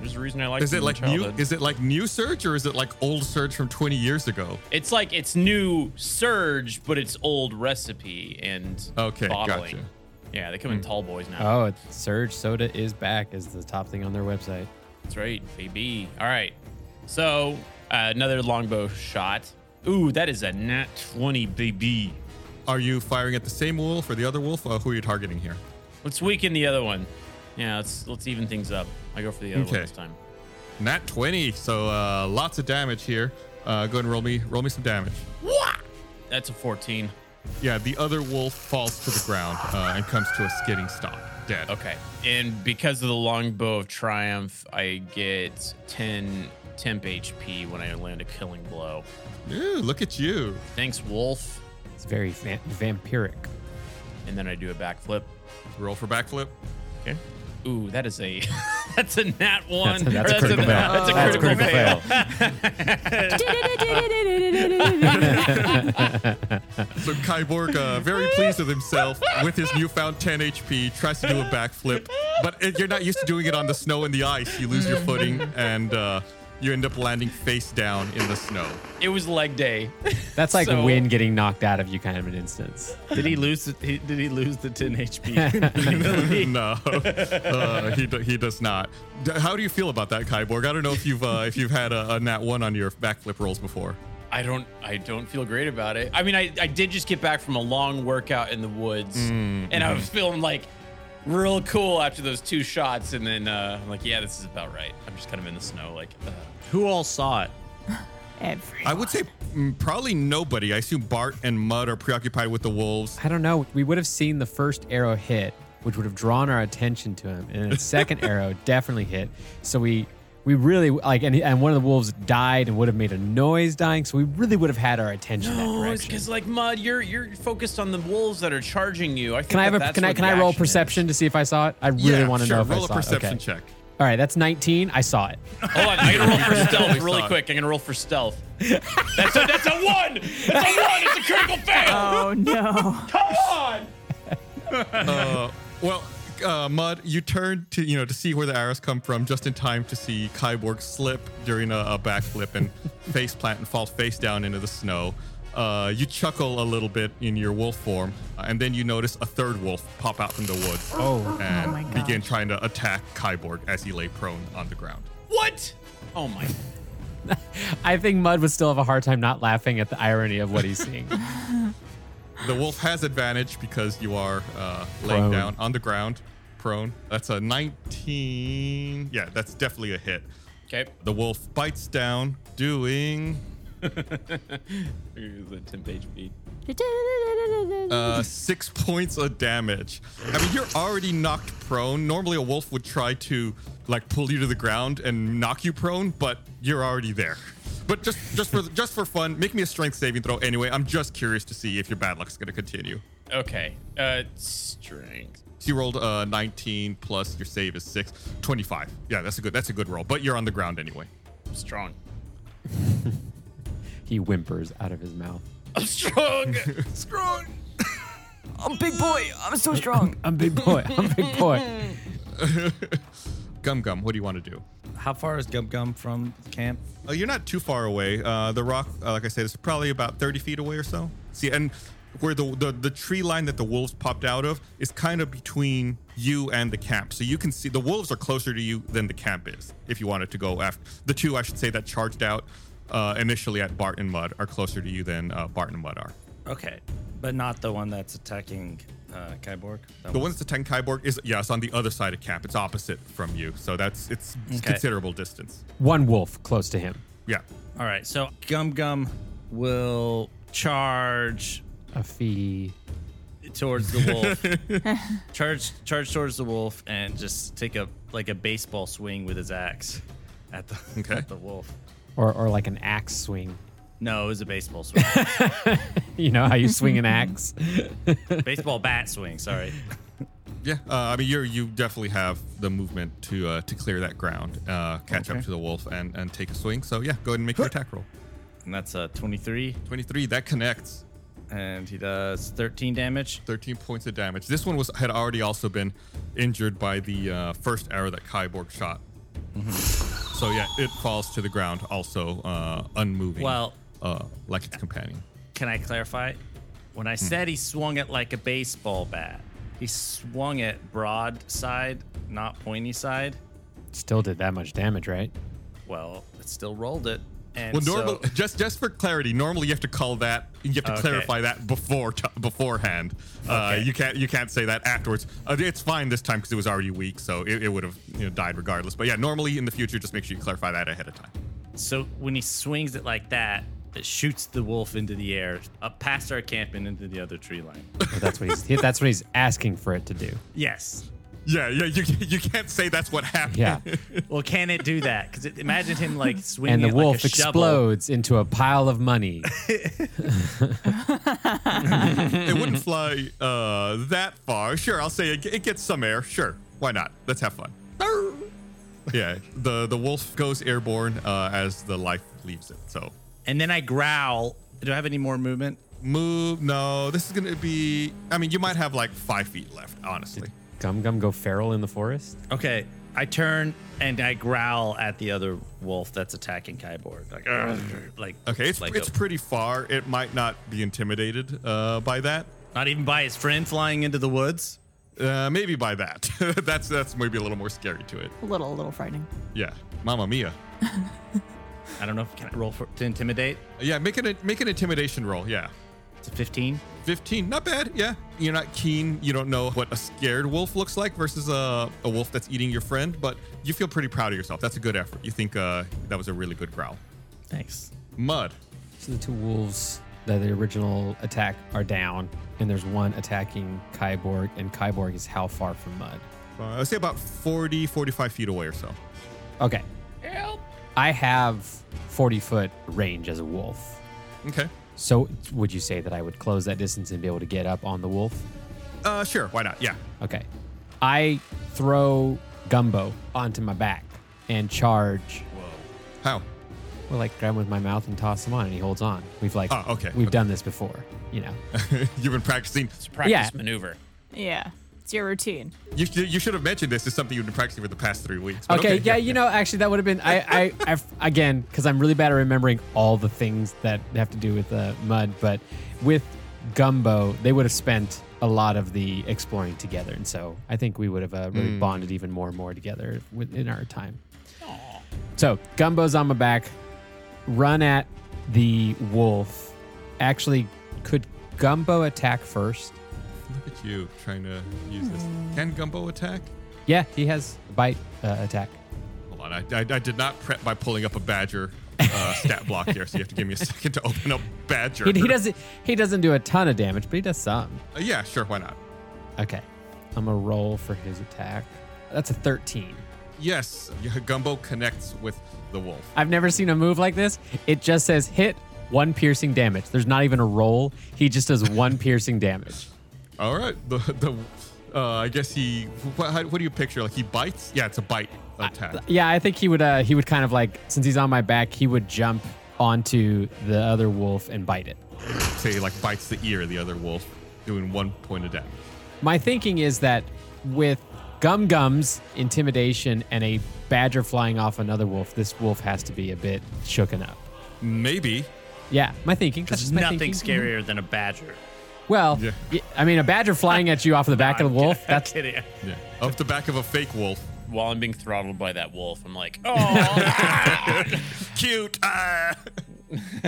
Speaker 6: There's a reason I like.
Speaker 1: Is
Speaker 6: them
Speaker 1: it
Speaker 6: in
Speaker 1: like new
Speaker 6: childhood.
Speaker 1: is it like new surge or is it like old surge from 20 years ago?
Speaker 6: It's like it's new Surge, but it's old recipe and
Speaker 1: Okay,
Speaker 6: bottling.
Speaker 1: gotcha. Hmm.
Speaker 6: Yeah, they come in tall boys now.
Speaker 5: Oh, it's- Surge Soda is back is the top thing on their website.
Speaker 6: That's right, baby. All right. So uh, another longbow shot. Ooh, that is a nat 20, baby.
Speaker 1: Are you firing at the same wolf or the other wolf? Uh, who are you targeting here?
Speaker 6: Let's weaken the other one. Yeah, let's let's even things up. I go for the other
Speaker 1: Okay.
Speaker 6: one this time.
Speaker 1: Nat 20. So uh, lots of damage here. Uh, go ahead and roll me roll me some damage.
Speaker 6: That's a 14.
Speaker 1: Yeah, the other wolf falls to the ground uh, and comes to a skidding stop, dead.
Speaker 6: Okay. And because of the longbow of triumph, I get 10 temp HP when I land a killing blow.
Speaker 1: Ooh, look at you.
Speaker 6: Thanks, Wolf.
Speaker 5: It's very va- vampiric.
Speaker 6: And then I do a backflip.
Speaker 1: Roll for backflip.
Speaker 6: Okay. Ooh, that is a that's a nat one.
Speaker 5: that's a
Speaker 6: Or
Speaker 5: critical fail.
Speaker 6: That's a
Speaker 5: That's
Speaker 6: critical
Speaker 5: critical
Speaker 6: fail.
Speaker 1: So Kyborg, uh, very pleased with himself with his newfound 10 HP, tries to do a backflip, but it, you're not used to doing it on the snow and the ice. You lose your footing, and uh, You end up landing face down in the snow.
Speaker 6: It was leg day.
Speaker 5: That's like
Speaker 6: So-
Speaker 5: wind getting knocked out of you, kind of an instance.
Speaker 7: Did he lose? The, he, did he lose the 10 HP?
Speaker 1: no, uh, he, do- he does not. D- How do you feel about that, Kyborg? I don't know if you've uh, if you've had a, a nat one on your backflip rolls before.
Speaker 6: I don't I don't feel great about it. I mean, I, I did just get back from a long workout in the woods and I was feeling like real cool after those two shots and then uh, I'm like, yeah, this is about right. I'm just kind of in the snow like uh,
Speaker 7: Who all saw it?
Speaker 4: Every
Speaker 1: I would say mm, probably nobody. I assume Bart and Mud are preoccupied with the wolves.
Speaker 5: I don't know. We would have seen the first arrow hit, which would have drawn our attention to him, and then the second arrow definitely hit. So we we really like, and, and one of the wolves died and would have made a noise dying. So we really would have had our attention that
Speaker 6: Oh, it's
Speaker 5: direction.
Speaker 6: because like mud, you're you're focused on the wolves that are charging you. I think
Speaker 5: Can I
Speaker 6: that
Speaker 5: have a
Speaker 6: that's
Speaker 5: can I
Speaker 6: where
Speaker 5: can
Speaker 6: the
Speaker 5: I roll
Speaker 6: action is.
Speaker 5: perception to see if I saw it? I really
Speaker 1: yeah,
Speaker 5: want to
Speaker 1: sure.
Speaker 5: know if
Speaker 1: Roll
Speaker 5: I
Speaker 1: a
Speaker 5: saw
Speaker 1: perception
Speaker 5: it. Okay.
Speaker 1: check.
Speaker 5: All right, that's 19. I saw it.
Speaker 6: Hold on, I'm gonna roll for stealth
Speaker 1: totally
Speaker 6: really
Speaker 1: saw it.
Speaker 6: quick. I'm gonna roll for stealth. That's a, that's a one. That's a one. It's a critical fail.
Speaker 4: oh no!
Speaker 6: Come on.
Speaker 1: Well, uh, Mud, you turn to you know to see where the arrows come from, just in time to see Kyborg slip during a, a backflip and face plant and fall face down into the snow. Uh, you chuckle a little bit in your wolf form, uh, and then you notice a third wolf pop out from the woods
Speaker 7: Oh.
Speaker 1: and
Speaker 4: my
Speaker 1: begin trying to attack Kyborg as he lay prone on the ground.
Speaker 6: What? Oh my.
Speaker 5: I think Mud would still have a hard time not laughing at the irony of what he's seeing.
Speaker 1: The wolf has advantage because you are uh, laying
Speaker 5: Prone.
Speaker 1: down on the ground, prone. That's a 19. Yeah, that's definitely a hit.
Speaker 6: Okay.
Speaker 1: The wolf bites down, doing
Speaker 6: Here's a 10 page beat.
Speaker 1: uh, six points of damage. I mean, you're already knocked prone. Normally, a wolf would try to like pull you to the ground and knock you prone, but you're already there. But just just for just for fun, make me a strength saving throw anyway. I'm just curious to see if your bad luck's gonna continue.
Speaker 6: Okay. Uh, strength.
Speaker 1: So you rolled uh, 19 plus your save is six, 25. Yeah, that's a good that's a good roll. But you're on the ground anyway.
Speaker 6: I'm strong.
Speaker 5: he whimpers out of his mouth.
Speaker 6: I'm strong. strong.
Speaker 4: I'm Oh, big boy. I'm so strong.
Speaker 5: I'm big boy. I'm big boy.
Speaker 1: Gum Gum, what do you want to do?
Speaker 7: How far is Gum Gum from camp?
Speaker 1: Uh, you're not too far away. Uh, the rock, uh, like I said, is probably about 30 feet away or so. See, and where the, the the tree line that the wolves popped out of is kind of between you and the camp. So you can see the wolves are closer to you than the camp is. If you wanted to go after the two, I should say that charged out uh, initially at Bart and Mud are closer to you than uh, Bart and Mud are.
Speaker 7: Okay, but not the one that's attacking uh, Kyborg. That
Speaker 1: The one that's attacking Kyborg is yes on the other side of camp. It's opposite from you, so that's it's considerable distance.
Speaker 5: One wolf close to him.
Speaker 1: Yeah.
Speaker 7: All right, so Gum Gum will charge
Speaker 5: A fee.
Speaker 7: towards the wolf. charge, charge towards the wolf, and just take a like a baseball swing with his axe at the
Speaker 1: Okay.
Speaker 7: at the wolf.
Speaker 5: Or, or like an axe swing.
Speaker 7: No, it was a baseball swing.
Speaker 5: You know how you swing an axe?
Speaker 7: baseball bat swing. Sorry.
Speaker 1: Yeah, uh, I mean, you you definitely have the movement to uh, to clear that ground, uh, catch up to the wolf, and and take a swing. So yeah, go ahead and make your attack roll.
Speaker 7: And that's a 23,
Speaker 1: Twenty three, that connects.
Speaker 7: and he does 13 damage.
Speaker 1: Thirteen points of damage. This one was had already also been injured by the uh, first arrow that Kyborg shot.
Speaker 7: Mm-hmm.
Speaker 1: so yeah, it falls to the ground, also uh, unmoving.
Speaker 7: Well-
Speaker 1: uh, like its companion.
Speaker 7: Can I clarify? When I said he swung it like a baseball bat, he swung it broad side, not pointy side.
Speaker 5: Still did that much damage, right?
Speaker 7: Well, it still rolled it. And
Speaker 1: Well,
Speaker 7: so-
Speaker 1: normal, just just for clarity, normally you have to call that. You have to
Speaker 7: Okay.
Speaker 1: clarify that before t- beforehand. Uh,
Speaker 7: Okay.
Speaker 1: you can't you can't say that afterwards. Uh, it's fine this time because it was already weak, so it, it would have you know, died regardless. But yeah, normally in the future, just make sure you clarify that ahead of time.
Speaker 7: So when he swings it like that, it shoots the wolf into the air, up past our camp and into the other tree line.
Speaker 5: Well, that's what he's he- that's what he's asking for it to do.
Speaker 7: yes.
Speaker 1: Yeah, yeah, you you can't say that's what happened.
Speaker 5: Yeah.
Speaker 7: Well, can it do that? Because imagine him like swinging
Speaker 5: And the
Speaker 7: it
Speaker 5: wolf
Speaker 7: like a shovel.
Speaker 5: explodes into a pile of money.
Speaker 1: it wouldn't fly uh, that far. Sure, I'll say it, g- it gets some air. Sure, why not? Let's have fun. yeah, the the wolf goes airborne uh, as the life leaves it. So
Speaker 7: And then I growl. Do I have any more movement?
Speaker 1: Move. No, this is gonna be. I mean, you might have like five feet left, honestly.
Speaker 5: Gum gum go feral in the forest.
Speaker 7: Okay, I turn and I growl at the other wolf that's attacking Kyborg. Like, "Arr," like
Speaker 1: Okay, it's,
Speaker 7: like
Speaker 1: it's
Speaker 7: a-
Speaker 1: pretty far. It might not be intimidated uh, by that.
Speaker 7: not even by his friend flying into the woods.
Speaker 1: Uh, maybe by that. that's that's maybe a little more scary to it.
Speaker 4: A little, a little frightening.
Speaker 1: Yeah, Mamma Mia.
Speaker 7: I don't know if can I roll for, to intimidate.
Speaker 1: Yeah, make an make an intimidation roll. Yeah,
Speaker 7: It's a 15.
Speaker 1: fifteen, not bad. Yeah, you're not keen. You don't know what a scared wolf looks like versus a, a wolf that's eating your friend, but you feel pretty proud of yourself. That's a good effort. You think uh, that was a really good growl.
Speaker 7: Thanks.
Speaker 1: Mud.
Speaker 5: So the two wolves that the original attack are down, and there's one attacking Kyborg, and Kyborg is how far from Mud?
Speaker 1: Uh, I would say about 40, 45 feet away or so.
Speaker 5: Okay. Help! I have 40 foot range as a wolf.
Speaker 1: Okay.
Speaker 5: So would you say that I would close that distance and be able to get up on the wolf?
Speaker 1: Uh, sure. Why not? Yeah.
Speaker 5: Okay. I throw Gumbo onto my back and charge.
Speaker 1: How?
Speaker 5: Well, like grab him with my mouth and toss him on, and he holds on. We've like,
Speaker 1: Oh, okay,
Speaker 5: we've
Speaker 1: okay.
Speaker 5: done this before, you know.
Speaker 1: You've been practicing.
Speaker 6: It's a practice
Speaker 5: Yeah.
Speaker 6: maneuver.
Speaker 4: Yeah, it's your routine.
Speaker 1: You, sh- you should have mentioned this is something you've been practicing for the past three weeks. but
Speaker 5: Okay, yeah, you know, actually, that would have been I, I, I f- again, because I'm really bad at remembering all the things that have to do with uh, mud. But with Gumbo, they would have spent a lot of the exploring together, and so I think we would have uh, really bonded even more and more together within our time. So Gumbo's on my back, run at the wolf. Actually, could Gumbo attack first?
Speaker 1: Look at you trying to use this. Can Gumbo attack?
Speaker 5: Yeah, he has bite uh, attack.
Speaker 1: Hold on, I, I, I did not prep by pulling up a badger uh, stat block here, so you have to give me a second to open up badger.
Speaker 5: He, he doesn't he doesn't do a ton of damage, but he does some.
Speaker 1: Uh, yeah, sure, why not?
Speaker 5: Okay. I'm going to roll for his attack. That's a 13.
Speaker 1: Yes, y- Gumbo connects with the wolf.
Speaker 5: I've never seen a move like this. It just says hit one piercing damage. There's not even a roll. He just does one piercing damage.
Speaker 1: All right, the the. Uh, I guess he. What, how, what do you picture? Like he bites? Yeah, it's a bite attack.
Speaker 5: Yeah, I think he would uh he would kind of like since he's on my back, he would jump onto the other wolf and bite it.
Speaker 1: Say he, like bites the ear of the other wolf, doing one point of damage.
Speaker 5: My thinking is that with Gum Gum's intimidation and a badger flying off another wolf, this wolf has to be a bit shooken up.
Speaker 1: Maybe.
Speaker 5: Yeah, my thinking. That's
Speaker 7: There's
Speaker 5: just my
Speaker 7: nothing
Speaker 5: thinking.
Speaker 7: scarier than a badger.
Speaker 5: Well,
Speaker 1: Yeah.
Speaker 5: y- I mean, a badger flying at you off of the back of the wolf.
Speaker 7: I'm
Speaker 5: That's
Speaker 7: kidding.
Speaker 1: Yeah. Up the back of a fake wolf.
Speaker 6: While I'm being throttled by that wolf, I'm like, oh,
Speaker 1: Cute. Ah!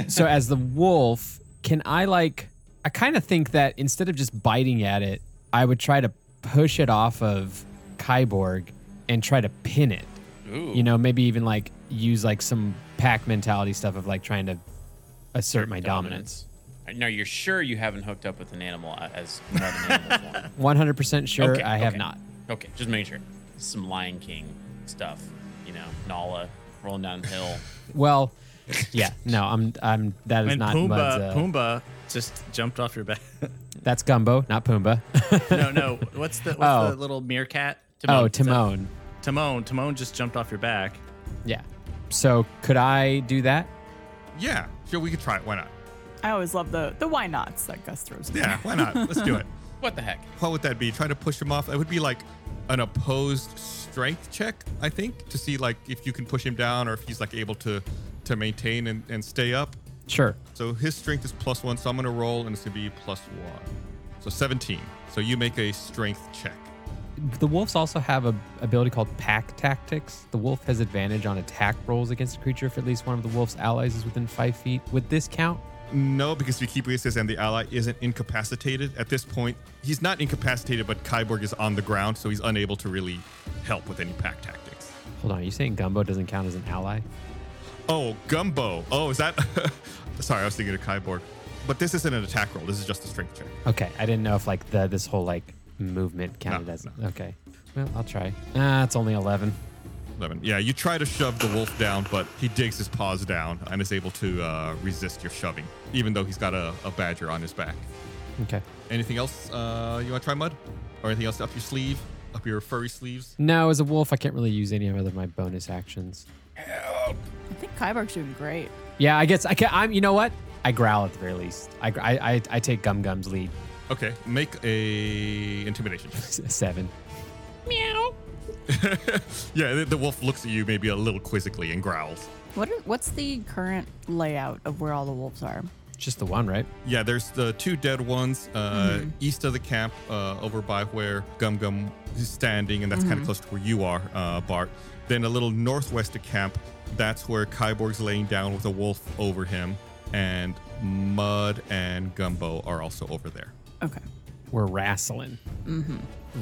Speaker 5: so. As the wolf, can I like? I kind of think that instead of just biting at it, I would try to push it off of Kyborg and try to pin it. You know, maybe even like use like some pack mentality stuff of like trying to assert my dominance.
Speaker 6: No, you're sure you haven't hooked up with an animal a- as not an animal form.
Speaker 5: One hundred percent sure,
Speaker 6: Okay,
Speaker 5: I have
Speaker 6: okay.
Speaker 5: not.
Speaker 6: Okay, just making sure. Some Lion King stuff, you know, Nala rolling down the hill.
Speaker 5: Well, yeah, no, I'm. I'm. That is
Speaker 7: And
Speaker 5: not
Speaker 7: Pumbaa,
Speaker 5: Mud's, uh,
Speaker 7: Pumbaa just jumped off your back.
Speaker 5: That's Gumbo, not Pumbaa.
Speaker 7: no, no. What's the what's
Speaker 5: Oh.
Speaker 7: the little meerkat?
Speaker 5: oh,
Speaker 7: Is that-
Speaker 5: Timon.
Speaker 7: Timon. Timon just jumped off your back.
Speaker 5: Yeah. So could I do that?
Speaker 1: yeah, sure, we could try it. Why not?
Speaker 4: I always love the the why nots that Gus throws. in.
Speaker 1: Yeah, why not? Let's do it.
Speaker 6: What the heck?
Speaker 1: What would that be? Try to push him off? It would be like an opposed strength check, I think, to see like if you can push him down or if he's like able to to maintain and, and stay up.
Speaker 5: Sure.
Speaker 1: So his strength is plus one, so I'm gonna roll and it's gonna be plus one. So 17. So you make a strength check.
Speaker 5: The wolves also have a ability called pack tactics. The wolf has advantage on attack rolls against a creature if at least one of the wolf's allies is within five feet. Would this count?
Speaker 1: No, because Vikipius is and the ally isn't incapacitated. At this point, he's not incapacitated, but Kyborg is on the ground, so he's unable to really help with any pack tactics.
Speaker 5: Hold on, are you saying Gumbo doesn't count as an ally?
Speaker 1: Oh, Gumbo. Oh, is that? Sorry, I was thinking of Kyborg. But this isn't an attack roll. This is just a strength check.
Speaker 5: Okay, I didn't know if like the this whole like movement counted
Speaker 1: No,
Speaker 5: as
Speaker 1: no.
Speaker 5: okay. Well, I'll try. Ah, it's only eleven.
Speaker 1: 11. Yeah, you try to shove the wolf down, but he digs his paws down and is able to uh, resist your shoving, even though he's got a, a badger on his back.
Speaker 5: Okay.
Speaker 1: Anything else uh, you want to try, Mud? Or anything else up your sleeve? Up your furry sleeves?
Speaker 5: No, as a wolf, I can't really use any other of my bonus actions.
Speaker 4: I think Kyborg's doing great.
Speaker 5: Yeah, I guess I can. I'm. You know what? I growl at the very least. I gr- I I, I take Gum Gum's lead.
Speaker 1: Okay, make a intimidation check.
Speaker 5: Seven.
Speaker 1: Yeah, the, the wolf looks at you maybe a little quizzically and growls.
Speaker 4: What are, what's the current layout of where all the wolves are?
Speaker 5: Just the one, right? Mm-hmm.
Speaker 1: Yeah, there's the two dead ones uh, east of the camp, uh, over by where Gum Gum is standing, and that's kind of
Speaker 5: Mm-hmm.
Speaker 1: close to where you are, uh, Bart. Then a little northwest of camp, that's where Kyborg's laying down with a wolf over him, and Mud and Gumbo are also over there.
Speaker 4: Okay.
Speaker 5: We're wrestling.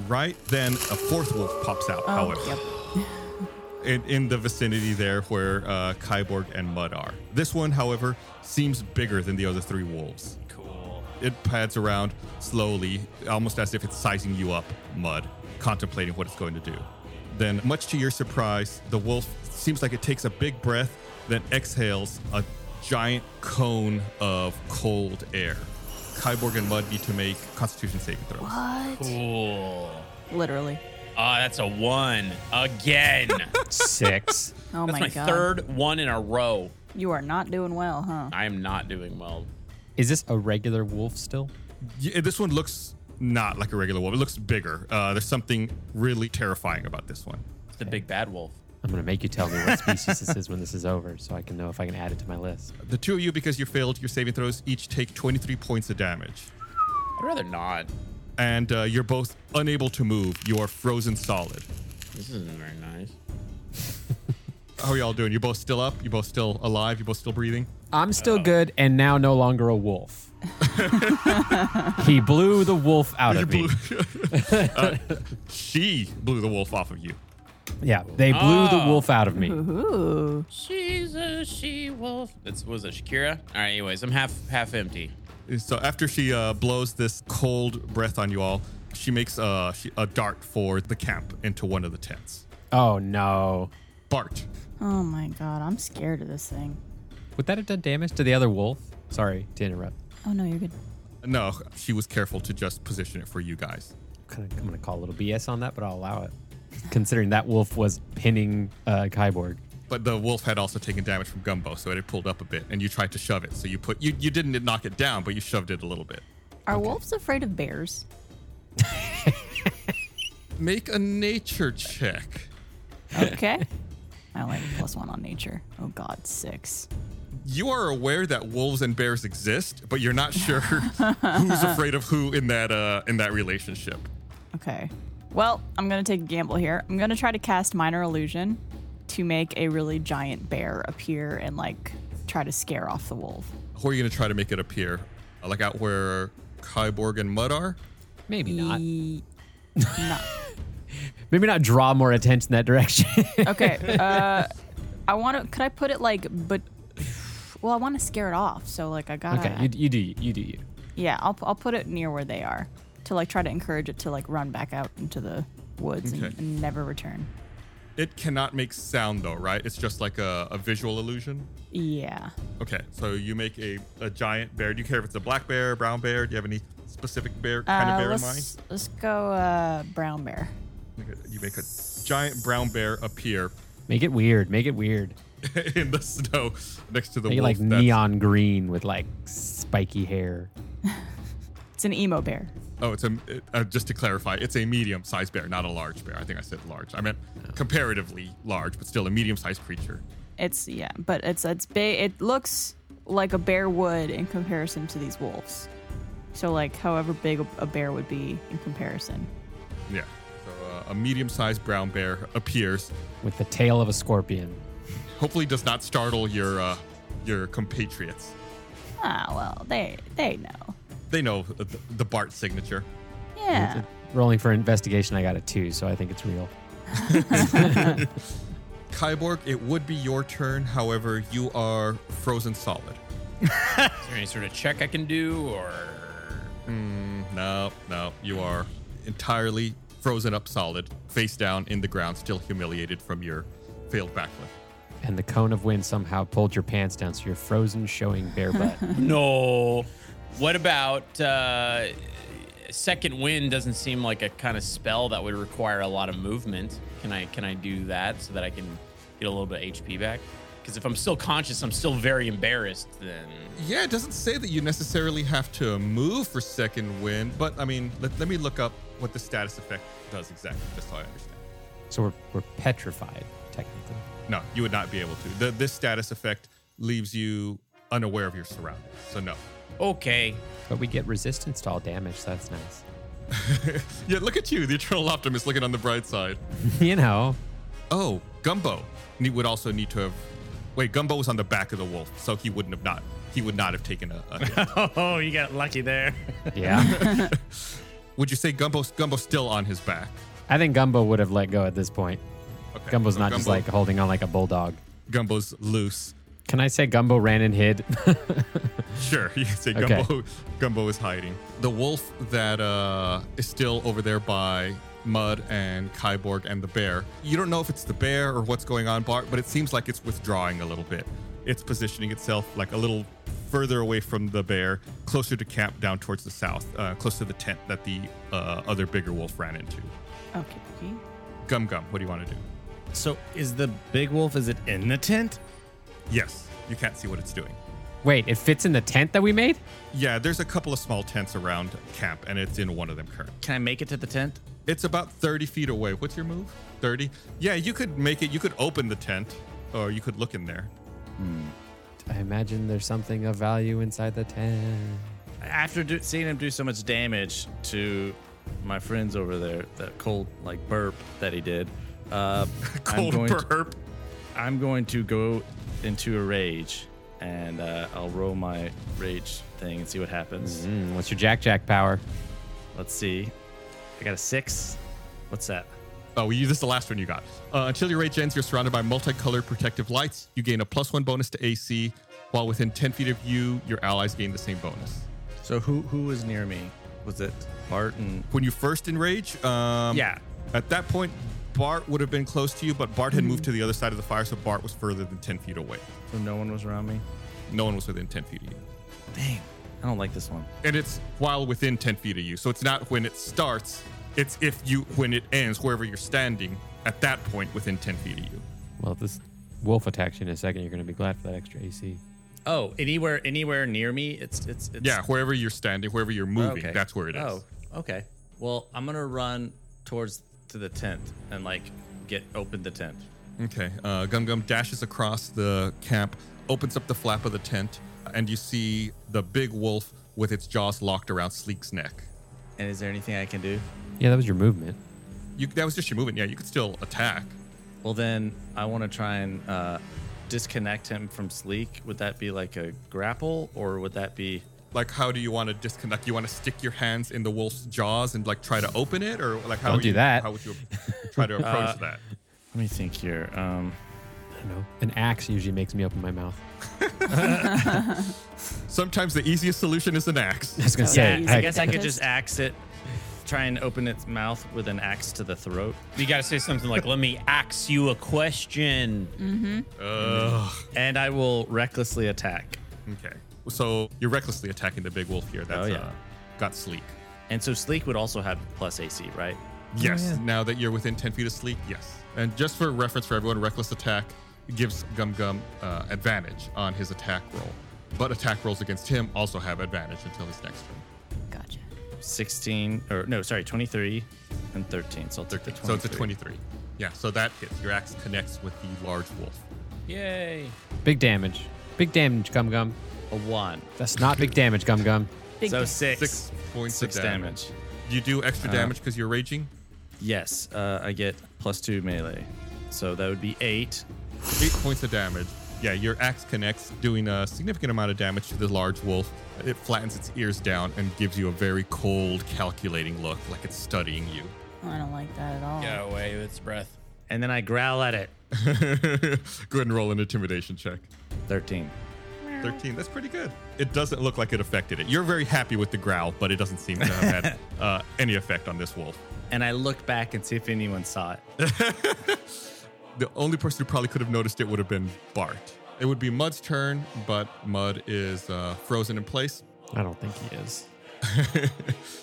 Speaker 1: Right then, a fourth wolf pops
Speaker 5: Oh,
Speaker 1: out, however, in, in the vicinity there where uh, Kyborg and Mud are. This one, however, seems bigger than the other three wolves.
Speaker 6: Cool.
Speaker 1: It pads around slowly, almost as if it's sizing you up, Mud, contemplating what it's going to do. Then, much to your surprise, the wolf seems like it takes a big breath, then exhales a giant cone of cold air. Kyborg and Mud need to make constitution saving throws.
Speaker 4: What?
Speaker 6: Cool.
Speaker 4: Literally.
Speaker 6: Ah, that's a one again. that's
Speaker 5: Six.
Speaker 4: Oh
Speaker 6: my,
Speaker 4: my, god.
Speaker 6: third one in a row.
Speaker 4: You are not doing well, huh?
Speaker 6: I am not doing well.
Speaker 5: Is this a regular wolf still?
Speaker 1: Yeah, this one looks not like a regular wolf. It looks bigger. Uh, there's something really terrifying about this one.
Speaker 6: It's the big bad wolf.
Speaker 5: I'm gonna make you tell me what species this is when this is over, so I can know if I can add it to my list.
Speaker 1: The two of you, because you failed your saving throws, each take 23 points of damage.
Speaker 6: I'd rather not.
Speaker 1: And uh, you're both unable to move. You are frozen solid.
Speaker 6: This isn't very nice.
Speaker 1: How are y'all doing? You're both still up? You're both still alive? You're both still breathing?
Speaker 5: I'm still good and now no longer a wolf. he blew the wolf out of me.
Speaker 1: Uh, she blew the wolf off of you.
Speaker 5: Yeah, they blew the
Speaker 6: Oh.
Speaker 5: wolf out of me.
Speaker 4: Ooh.
Speaker 6: She's a she wolf. That's what was it, Shakira? All right. Anyways, I'm half half empty.
Speaker 1: So after she uh, blows this cold breath on you all, she makes uh, she, a dart for the camp into one of the tents.
Speaker 5: Oh no.
Speaker 1: Bart.
Speaker 4: Oh my god. I'm scared of this thing.
Speaker 5: Would that have done damage to the other wolf? Sorry to interrupt.
Speaker 4: Oh no, you're good.
Speaker 1: No, she was careful to just position it for you guys.
Speaker 5: Kinda- I'm gonna call a little BS on that, but I'll allow it. Considering that wolf was pinning uh, Kyborg.
Speaker 1: But the wolf had also taken damage from Gumbo, so it had pulled up a bit, and you tried to shove it. So you put you you didn't knock it down, but you shoved it a little bit.
Speaker 4: Are wolves afraid of bears?
Speaker 1: Make a nature check.
Speaker 4: Okay. I only have a plus one on nature. Oh god, six.
Speaker 1: You are aware that wolves and bears exist, but you're not sure who's afraid of who in that uh, in that relationship.
Speaker 4: Okay. Well, I'm gonna take a gamble here. I'm gonna try to cast minor illusion to make a really giant bear appear and like try to scare off the wolf.
Speaker 1: Where are you gonna try to make it appear? Uh, Like out where Kyborg and Mud are?
Speaker 5: Maybe not.
Speaker 4: E- no.
Speaker 5: Maybe not draw more attention that direction.
Speaker 4: Okay. Uh, I want to. Could I put it like, but? Well, I want to scare it off. So like, I gotta.
Speaker 5: okay, you, you do you. You do you.
Speaker 4: yeah, I'll I'll put it near where they are to like try to encourage it to like run back out into the woods
Speaker 1: Okay.
Speaker 4: and, and never return.
Speaker 1: It cannot make sound though, right? It's just like a, a visual illusion.
Speaker 4: Yeah.
Speaker 1: Okay, so you make a, a giant bear. Do you care if it's a black bear, brown bear? Do you have any specific bear kind
Speaker 4: uh,
Speaker 1: of bear in mind?
Speaker 4: let's let's go uh, brown bear.
Speaker 1: Make a- You make a giant brown bear appear
Speaker 5: Make it weird. Make it weird.
Speaker 1: in the snow next to the
Speaker 5: Make it
Speaker 1: wolf.
Speaker 5: like
Speaker 1: that's-
Speaker 5: neon green with like spiky hair.
Speaker 4: It's an emo bear.
Speaker 1: Oh, it's a. it- uh, just to clarify, it's a medium-sized bear, not a large bear. I think I said large. I meant comparatively large, but still a medium-sized creature.
Speaker 4: It's yeah, but it's it's big. It looks like a bear would in comparison to these wolves. So like, however big a, a bear would be in comparison.
Speaker 1: Yeah. So uh, a medium-sized brown bear appears.
Speaker 5: with the tail of a scorpion.
Speaker 1: Hopefully, does not startle your uh, your compatriots.
Speaker 4: Ah, well, they they know.
Speaker 1: They know the, the Bart signature.
Speaker 4: Yeah.
Speaker 5: Rolling for investigation, I got a two, so I think it's real.
Speaker 1: Kyborg, it would be your turn. However, you are frozen solid.
Speaker 6: Is there any sort of check I can do or?
Speaker 1: Hmm, No, no, you are entirely frozen up solid, face down in the ground, still humiliated from your failed backflip.
Speaker 5: And the cone of wind somehow pulled your pants down, so you're frozen, showing bare butt.
Speaker 6: No. What about uh, second wind? Doesn't seem like a kind of spell that would require a lot of movement. Can I can I do that so that I can get a little bit of HP back? Because if I'm still conscious, I'm still very embarrassed. Then
Speaker 1: Yeah, it doesn't say that you necessarily have to move for second wind, but I mean, let, let me look up what the status effect does exactly, just so I understand.
Speaker 5: So we're, we're petrified, technically.
Speaker 1: No, you would not be able to. The, this status effect leaves you unaware of your surroundings. So no.
Speaker 2: Okay.
Speaker 5: But we get resistance to all damage, so that's nice.
Speaker 1: Yeah, look at you, the eternal optimist, looking on the bright side.
Speaker 5: you know,
Speaker 1: Oh, Gumbo ne- would also need to have. Wait, Gumbo was on the back of the wolf, so he wouldn't have not. He would not have taken a. a hit.
Speaker 7: Oh, you got lucky there.
Speaker 5: yeah.
Speaker 1: would you say Gumbo's Gumbo's still on his back?
Speaker 5: I think Gumbo would have let go at this point.
Speaker 1: Okay,
Speaker 5: Gumbo's
Speaker 1: so
Speaker 5: not just
Speaker 1: Gumbo-
Speaker 5: like holding on like a bulldog.
Speaker 1: Gumbo's loose.
Speaker 5: Can I say Gumbo ran and hid?
Speaker 1: Sure, you can say
Speaker 5: Okay.
Speaker 1: Gumbo. Gumbo is hiding. The wolf that uh, is still over there by Mud and Kyborg and the bear. You don't know if it's the bear or what's going on, Bart, but it seems like it's withdrawing a little bit. It's positioning itself like a little further away from the bear, closer to camp, down towards the south, uh, close to the tent that the uh, other bigger wolf ran into.
Speaker 4: Okay, okay.
Speaker 1: Gum Gum, what do you want to do?
Speaker 7: So is the big wolf? Is it in the tent?
Speaker 1: Yes, you can't see what it's doing.
Speaker 5: Wait, it fits in the tent that we made?
Speaker 1: Yeah, there's a couple of small tents around camp, and it's in one of them currently.
Speaker 7: Can I make it to the tent?
Speaker 1: It's about 30 feet away. What's your move? 30? Yeah, you could make it. You could open the tent or you could look in there.
Speaker 5: I imagine there's something of value inside the tent.
Speaker 7: After do, seeing him do so much damage to my friends over there, that cold like burp that he did, uh,
Speaker 1: Cold
Speaker 7: I'm going to-
Speaker 1: burp.
Speaker 7: I'm going to go into a rage, and uh, I'll roll my rage thing and see what happens.
Speaker 5: Mm, what's your Jack Jack power?
Speaker 7: Let's see. I got a six. What's that?
Speaker 1: Oh, you, this is the last one you got. Uh, until your rage ends, you're surrounded by multicolored protective lights. You gain a plus one bonus to AC, while within 10 feet of you, your allies gain the same bonus.
Speaker 7: So who who was near me? Was it Bart and
Speaker 1: When you first enrage, um,
Speaker 7: Yeah.
Speaker 1: At that point, Bart would have been close to you, but Bart
Speaker 7: Hmm.
Speaker 1: had moved to the other side of the fire, so Bart was further than 10 feet away.
Speaker 7: so no one was around me?
Speaker 1: No one was within 10 feet of you.
Speaker 7: Dang, I don't like this one.
Speaker 1: and it's while within 10 feet of you so it's not when it starts it's if you when it ends wherever you're standing at that point within 10 feet of you
Speaker 5: Well, if this wolf attacks you in a second, you're going to be glad for that extra AC.
Speaker 7: Oh, anywhere anywhere near me? It's it's, it's
Speaker 1: yeah wherever you're standing wherever you're moving
Speaker 7: Okay.
Speaker 1: that's where it is
Speaker 7: Oh, okay. Well, I'm gonna run towards to the tent and like get open the tent.
Speaker 1: okay uh, gum gum dashes across the camp opens up the flap of the tent and you see the big wolf with its jaws locked around sleek's neck
Speaker 7: And is there anything I can do?
Speaker 5: Yeah, that was your movement.
Speaker 1: you, that was just your movement yeah you could still attack
Speaker 7: Well, then I want to try and uh, disconnect him from Sleek. Would that be like a grapple, or would that be?
Speaker 1: like how do you want to disconnect you want to stick your hands in the wolf's jaws and like try to open it or like how
Speaker 5: Don't
Speaker 1: would
Speaker 5: do
Speaker 1: you,
Speaker 5: that.
Speaker 1: how would you try to approach
Speaker 7: Uh,
Speaker 1: that
Speaker 7: Let me think here. Um,
Speaker 5: I don't know. An axe usually makes me open my mouth.
Speaker 1: Sometimes the easiest solution is an axe.
Speaker 5: I was going to
Speaker 4: So
Speaker 5: say,
Speaker 4: easy.
Speaker 7: I
Speaker 4: Like
Speaker 7: guess I could
Speaker 4: dentist?
Speaker 7: just axe it, try and open its mouth with an axe to the throat.
Speaker 6: You got to say something like, let me ask you a question.
Speaker 7: Mm-hmm. And I will recklessly attack.
Speaker 1: Okay. So you're recklessly attacking the big wolf here. That's
Speaker 7: Oh, yeah.
Speaker 1: uh, got sleek.
Speaker 7: And so Sleek would also have plus AC, right?
Speaker 1: Yes. Now that you're within 10 feet of sleek, yes. And just for reference for everyone, reckless attack gives Gum Gum uh, advantage on his attack roll. But attack rolls against him also have advantage until his next turn.
Speaker 4: Gotcha.
Speaker 7: 16, or no, sorry, 23 and 13. So I'll take the
Speaker 1: 13. So it's a
Speaker 7: 23.
Speaker 1: 23. Yeah, so that hits. Your axe connects with the large wolf.
Speaker 6: Yay.
Speaker 5: big damage. Big damage, Gum Gum.
Speaker 7: A 1.
Speaker 5: That's not big damage, Gum Gum.
Speaker 4: Big
Speaker 7: So
Speaker 4: dick.
Speaker 7: 6.
Speaker 1: Six points
Speaker 7: Six
Speaker 1: of damage.
Speaker 7: damage. Uh-huh.
Speaker 1: You do extra damage because you're raging?
Speaker 7: Yes, uh, I get plus 2 melee. So that would be 8.
Speaker 1: eight points of damage. Yeah, your axe connects, doing a significant amount of damage to the large wolf. It flattens its ears down and gives you a very cold, calculating look, like it's studying you.
Speaker 4: I don't like that at all.
Speaker 6: Get away with its breath.
Speaker 7: And then I growl at it.
Speaker 1: Go ahead and roll an intimidation check.
Speaker 7: 13.
Speaker 1: 13, that's pretty good. It doesn't look like it affected it. You're very happy with the growl, but it doesn't seem to have had uh, any effect on this wolf.
Speaker 7: And I look back and see if anyone saw it.
Speaker 1: The only person who probably could have noticed it would have been Bart. It would be Mud's turn, but Mud is uh, frozen in place.
Speaker 5: I don't think he is.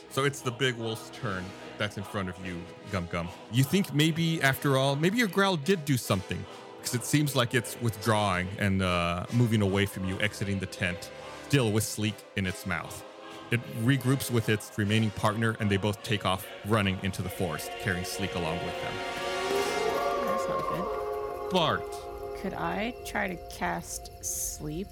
Speaker 1: so it's the big wolf's turn that's in front of you, Gum Gum. You think maybe, after all, maybe your growl did do something because it seems like it's withdrawing and uh, moving away from you, exiting the tent, still with Sleek in its mouth. It regroups with its remaining partner and they both take off running into the forest, carrying Sleek along with them.
Speaker 4: not good.
Speaker 9: Bart.
Speaker 10: Could I try to cast sleep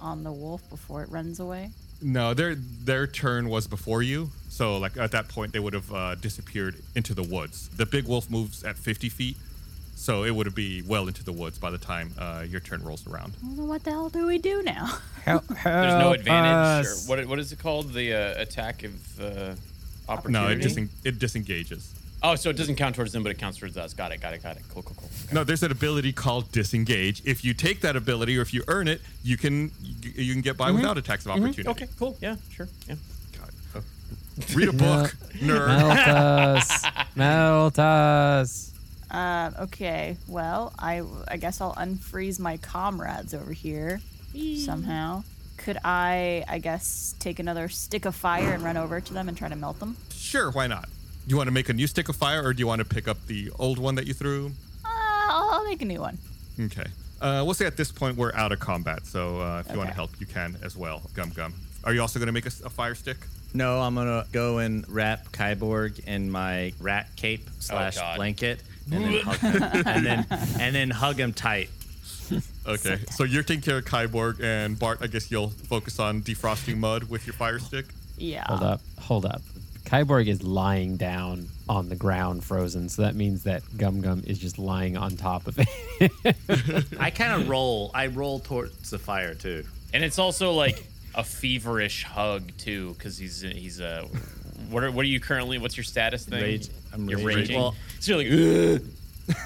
Speaker 10: on the wolf before it runs away?
Speaker 1: No, their their turn was before you, so like at that point they would have uh, disappeared into the woods. The big wolf moves at 50 feet, so it would be well into the woods by the time uh, your turn rolls around.
Speaker 10: Well, then what the hell do we do now?
Speaker 6: There's no
Speaker 5: Help
Speaker 6: advantage.
Speaker 5: us.
Speaker 6: Or what, what is it called? The uh, attack of uh, opportunity.
Speaker 1: No, it just it disengages.
Speaker 6: oh, so it doesn't count towards them, but it counts towards us. Got it. Got it. Got it. Cool. Cool. Cool.
Speaker 1: No, there's an ability called disengage. If you take that ability or if you earn it, you can you, you can get by without attacks of opportunity.
Speaker 6: Mm-hmm. Okay. Cool. Yeah. Sure. Yeah.
Speaker 1: Read a book, nerd.
Speaker 5: Melt us. Melt us.
Speaker 10: Uh, okay, well, I, I guess I'll unfreeze my comrades over here somehow. Could I, I guess, take another stick of fire and run over to them and try to melt them?
Speaker 1: Sure, why not? You want to make a new stick of fire or do you want to pick up the old one that you threw?
Speaker 10: Uh, I'll, I'll make a new one.
Speaker 1: Okay. Uh, we'll say at this point we're out of combat, so uh, if you want to
Speaker 10: Okay.
Speaker 1: help, you can as well. Gum Gum. Are you also going to make a, s- a fire stick?
Speaker 7: No, I'm gonna go and wrap Kyborg in my rat cape slash
Speaker 6: Oh, God.
Speaker 7: blanket, and then, hug him, and then and then hug him tight.
Speaker 1: Okay. So you're taking care of Kyborg, and Bart, I guess you'll focus on defrosting mud with your fire stick.
Speaker 10: Yeah.
Speaker 5: Hold up. Hold up. Kyborg is lying down on the ground, frozen. So that means that Gum Gum is just lying on top of it.
Speaker 7: I kind of roll. I roll towards the fire too.
Speaker 6: And it's also like a feverish hug too, because he's he's a. What are what are you currently? What's your status thing?
Speaker 7: Rage. I'm
Speaker 6: You're
Speaker 7: raging.
Speaker 6: raging.
Speaker 7: Well-
Speaker 6: so you're like.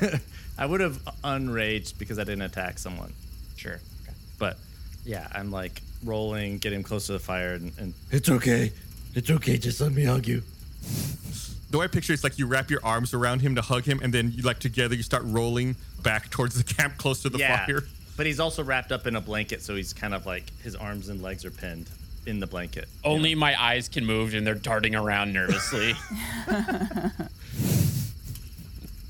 Speaker 6: "Ugh."
Speaker 7: I would have unraged because I didn't attack someone,
Speaker 6: Sure. Okay.
Speaker 7: but yeah, I'm like rolling, getting close to the fire, and, and it's okay. It's okay. Just let me hug you.
Speaker 1: The way I picture it, it's like you wrap your arms around him to hug him, and then you like together you start rolling back towards the camp close to the
Speaker 7: yeah.
Speaker 1: fire.
Speaker 7: But he's also wrapped up in a blanket, so he's kind of like his arms and legs are pinned in the blanket.
Speaker 6: Only my eyes can move, and they're darting around nervously.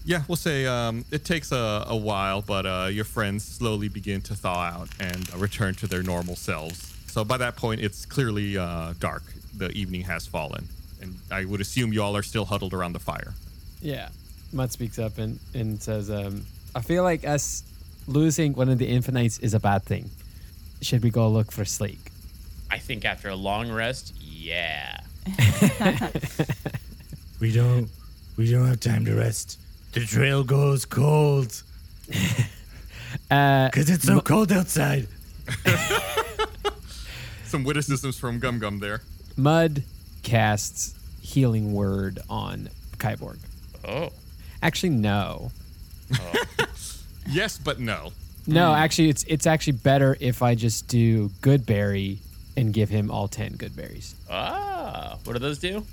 Speaker 1: Yeah, we'll say um, it takes a, a while, but uh, your friends slowly begin to thaw out and uh, return to their normal selves. So by that point, it's clearly uh, dark. The evening has fallen, and I would assume you all are still huddled around the fire.
Speaker 5: Yeah. Mutt speaks up and, and says, um, I feel like us losing one of the infinites is a bad thing. Should we go look for Sleek?
Speaker 6: I think after a long rest, yeah.
Speaker 9: We don't we don't have time to rest. The trail goes cold.
Speaker 5: Uh,
Speaker 9: Cause it's so cold outside.
Speaker 1: Some witticisms from Gum Gum there.
Speaker 5: Mud casts Healing Word on Kyborg.
Speaker 6: Oh.
Speaker 5: Actually, no.
Speaker 1: Yes, but no.
Speaker 5: No, actually, it's it's actually better if I just do good berry and give him all ten good berries.
Speaker 6: Ah. What do those do?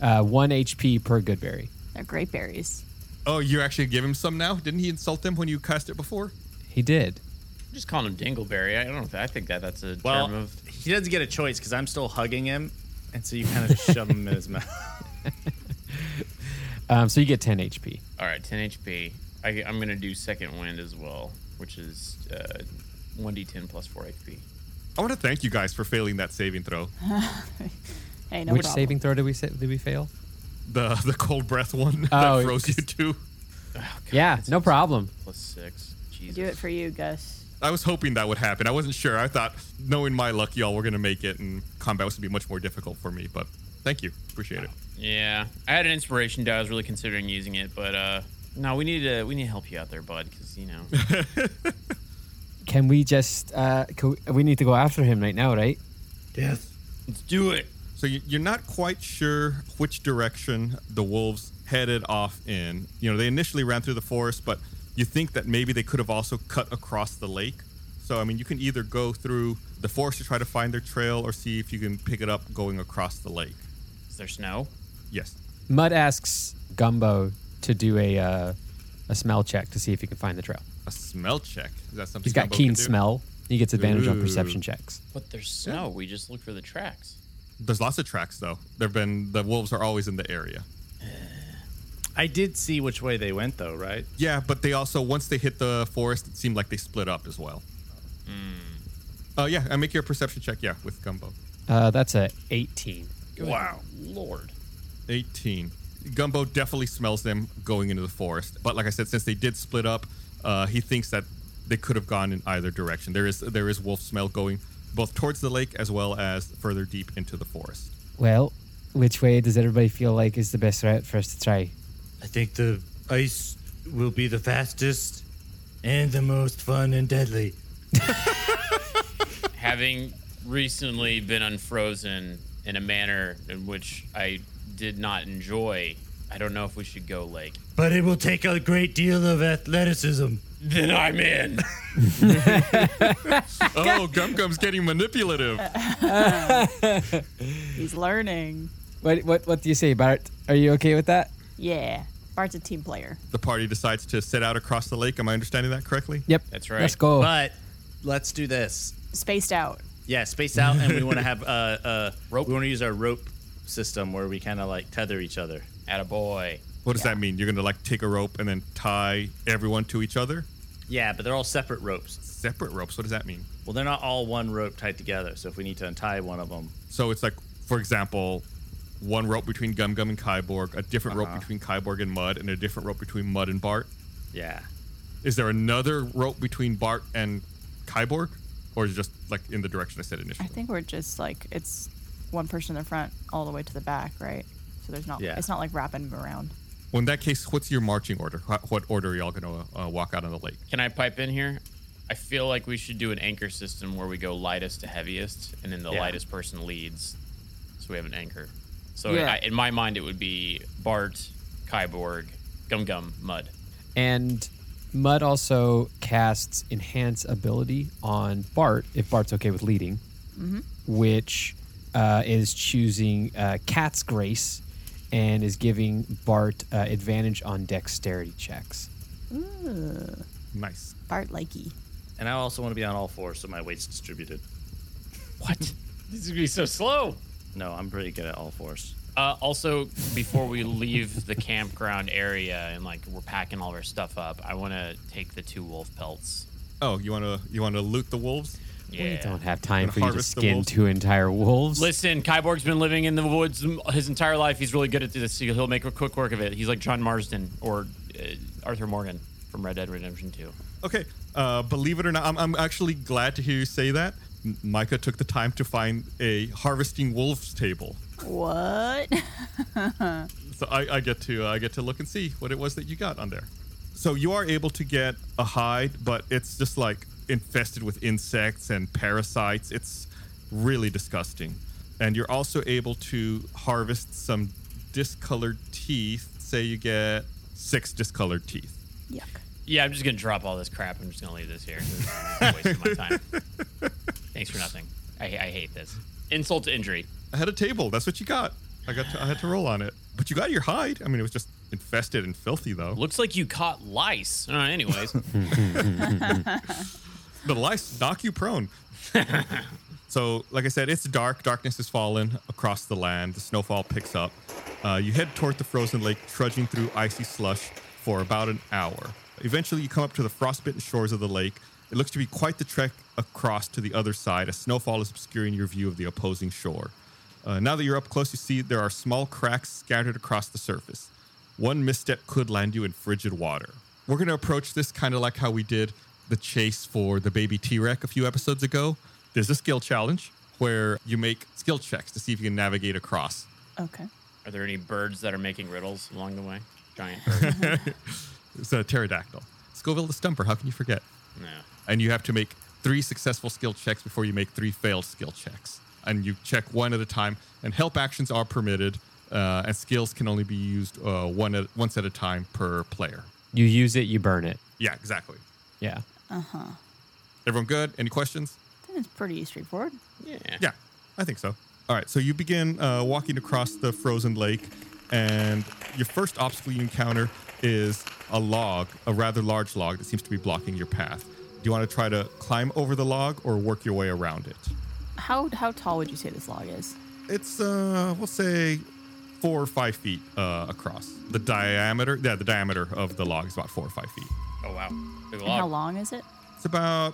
Speaker 5: Uh, one HP per good berry.
Speaker 10: They're grape berries.
Speaker 1: Oh, you actually give him some now? Didn't he insult him when you cast it before?
Speaker 5: He did.
Speaker 6: I'm just calling him Dingleberry. I don't. Th- I think that that's a
Speaker 7: Well,
Speaker 6: term of.
Speaker 7: he doesn't get a choice because I'm still hugging him, and so you kind of shove him in his mouth.
Speaker 5: Um, so you get ten HP.
Speaker 6: All right, 10 HP. I, am gonna do second wind as well, which is uh, 1d10 plus 4 HP.
Speaker 1: I want to thank you guys for failing that saving throw.
Speaker 10: Hey, no problem.
Speaker 5: Which saving throw did we sa- did we fail?
Speaker 1: The the cold breath one
Speaker 5: Oh,
Speaker 1: that froze you too.
Speaker 5: yeah, no problem.
Speaker 6: Plus 6. Jesus.
Speaker 10: Do it for you, Gus.
Speaker 1: I was hoping that would happen. I wasn't sure. I thought, knowing my luck, y'all were gonna make it, and combat was gonna be much more difficult for me. But thank you, appreciate it.
Speaker 6: Yeah, I had an inspiration die. I was really considering using it, but uh, no, we need to we need to help you out there, bud, because you know.
Speaker 5: Can we just? Uh, can we, we need to go after him right now, right?
Speaker 9: Yes.
Speaker 6: Let's do it.
Speaker 1: So you- you're not quite sure which direction the wolves headed off in. You know, they initially ran through the forest, but you think that maybe they could have also cut across the lake. So I mean, you can either go through the forest to try to find their trail, or see if you can pick it up going across the lake.
Speaker 6: Is there snow?
Speaker 1: Yes.
Speaker 5: Mud asks Gumbo to do a uh, a smell check to see if he can find the trail.
Speaker 1: A smell check. Is that something
Speaker 5: He's got
Speaker 1: Gumbo
Speaker 5: keen
Speaker 1: can do?
Speaker 5: smell. He gets advantage on perception
Speaker 1: Ooh.
Speaker 5: checks.
Speaker 6: But there's snow. We just look for the tracks.
Speaker 1: There's lots of tracks though. There've been the wolves are always in the area.
Speaker 7: I did see which way they went, though, right?
Speaker 1: Yeah, but they also once they hit the forest, it seemed like they split up as well.
Speaker 6: Hmm.
Speaker 1: Uh, yeah, I make your perception check. Yeah, with gumbo.
Speaker 5: Uh, that's a 18.
Speaker 6: Wow, Lord.
Speaker 1: Eighteen. Gumbo definitely smells them going into the forest. But like I said, since they did split up, uh, he thinks that they could have gone in either direction. There is there is wolf smell going both towards the lake as well as further deep into the forest.
Speaker 11: Well, which way does everybody feel like is the best route for us to try?
Speaker 9: I think the ice will be the fastest and the most fun and deadly.
Speaker 6: having recently been unfrozen in a manner in which I did not enjoy, I don't know if we should go lake.
Speaker 9: But it will take a great deal of athleticism.
Speaker 6: Then I'm in.
Speaker 1: oh, Gum Gum's getting manipulative.
Speaker 10: Um, He's learning.
Speaker 11: What what what do you say, Bart? Are you okay with that?
Speaker 10: Yeah. Bart's a team player.
Speaker 1: The party decides to set out across the lake. Am I understanding that correctly?
Speaker 11: Yep.
Speaker 1: That's
Speaker 7: But let's do this.
Speaker 10: Spaced out.
Speaker 7: Yeah, space out, and we want to have uh, uh, rope. We want to use our rope system where we kind of like tether each other.
Speaker 6: At a boy.
Speaker 1: What does that mean? You're gonna like take a rope and then tie everyone to each other?
Speaker 7: Yeah, but they're all separate ropes.
Speaker 1: Separate ropes. What does that mean?
Speaker 7: Well, they're not all one rope tied together. So if we need to untie one of them,
Speaker 1: So it's like, for example, one rope between Gum Gum and Kyborg, a different
Speaker 7: Uh-huh.
Speaker 1: rope between Kyborg and Mud, and a different rope between Mud and Bart.
Speaker 7: Yeah.
Speaker 1: Is there another rope between Bart and Kyborg, or is it just like in the direction I said
Speaker 10: I
Speaker 1: initially?
Speaker 10: think we're just like it's one person in the front all the way to the back, right? So there's not
Speaker 1: Yeah.
Speaker 10: it's not like wrapping them around.
Speaker 1: Well, in that case, what's your marching order? Wh- What order are y'all gonna uh, walk out on the lake?
Speaker 6: Can I pipe in here? I feel like we should do an anchor system where we go lightest to heaviest, and then the
Speaker 7: Yeah.
Speaker 6: lightest person leads. So we have an anchor. So
Speaker 5: Yeah.
Speaker 6: I, in my mind, it would be Bart, Kyborg, Gum Gum, Mud.
Speaker 5: And Mud also casts Enhance Ability on Bart if Bart's okay with leading,
Speaker 4: Mm-hmm.
Speaker 12: Mhm.
Speaker 5: Mm-hmm. which uh, is choosing uh, Cat's Grace and is giving Bart uh, advantage on dexterity checks.
Speaker 10: Ooh.
Speaker 1: Nice.
Speaker 10: Bart likey.
Speaker 7: and I also want to be on all fours so my weight's distributed.
Speaker 6: What? this is gonna be so slow.
Speaker 7: No, I'm pretty good at all fours.
Speaker 6: Uh, also, before we leave the campground area and like we're packing all of our stuff up, I want to take the two wolf pelts.
Speaker 1: Oh, you wanna you wanna loot the wolves?
Speaker 6: Yeah.
Speaker 5: Don't have time
Speaker 1: Gonna
Speaker 5: for you to
Speaker 1: harvest the
Speaker 5: skin
Speaker 1: wolves.
Speaker 5: two entire wolves.
Speaker 6: Listen, Kyborg's been living in the woods m- his entire life. He's really good at this. He'll make a quick work of it. He's like John Marsden or uh, Arthur Morgan from Red Dead Redemption 2.
Speaker 1: Okay, uh, believe it or not, I'm, I'm actually glad to hear you say that. M- Micah took the time to find a harvesting wolves table,
Speaker 10: What?
Speaker 1: so I, I get to uh, I get to look and see what it was that you got on there. So you are able to get a hide, but it's just like infested with insects and parasites. It's really disgusting, and you're also able to harvest some discolored teeth. Say you get six discolored teeth.
Speaker 6: Yeah, I'm just going to drop all this crap. I'm just going to leave this here. I'm wasting my time. Thanks for nothing. I, I hate this. Insult to injury.
Speaker 1: I had a table. That's what you got. I got. To, I had to roll on it. But you got your hide. I mean, it was just infested and filthy, though.
Speaker 6: Looks like you caught lice. Uh, anyways.
Speaker 1: the lice knock you prone. so, like I said, it's dark. Darkness has fallen across the land. The snowfall picks up. Uh, you head toward the frozen lake, trudging through icy slush for about an hour. Eventually, you come up to the frostbitten shores of the lake. It looks to be quite the trek across to the other side, as snowfall is obscuring your view of the opposing shore. Uh, now that you're up close, you see there are small cracks scattered across the surface. One misstep could land you in frigid water. We're going to approach this kind of like how we did the chase for the baby T Rex a few episodes ago. There's a skill challenge where you make skill checks to see if you can navigate across.
Speaker 10: Okay.
Speaker 6: Are there any birds that are making riddles along the way? Giant bird.
Speaker 1: It's a pterodactyl. Scoville the Stumper, how can you forget?
Speaker 6: No.
Speaker 1: And you have to make three successful skill checks before you make three failed skill checks. And you check one at a time, and help actions are permitted, uh, and skills can only be used uh, one at, once at a time per player.
Speaker 5: You use it, you burn it.
Speaker 1: Yeah, exactly.
Speaker 5: Yeah.
Speaker 10: Uh huh.
Speaker 1: Everyone good? Any questions?
Speaker 10: It's pretty straightforward.
Speaker 6: Yeah.
Speaker 1: Yeah, I think so. All right, so you begin uh, walking across the frozen lake, and your first obstacle you encounter is a log, a rather large log that seems to be blocking your path. Do you want to try to climb over the log or work your way around it?
Speaker 10: How how tall would you say this log is?
Speaker 1: It's uh, we'll say four or five feet uh, across. The diameter, yeah, the diameter of the log is about four or five feet.
Speaker 6: Oh, wow. Big
Speaker 10: And how long is it?
Speaker 1: It's about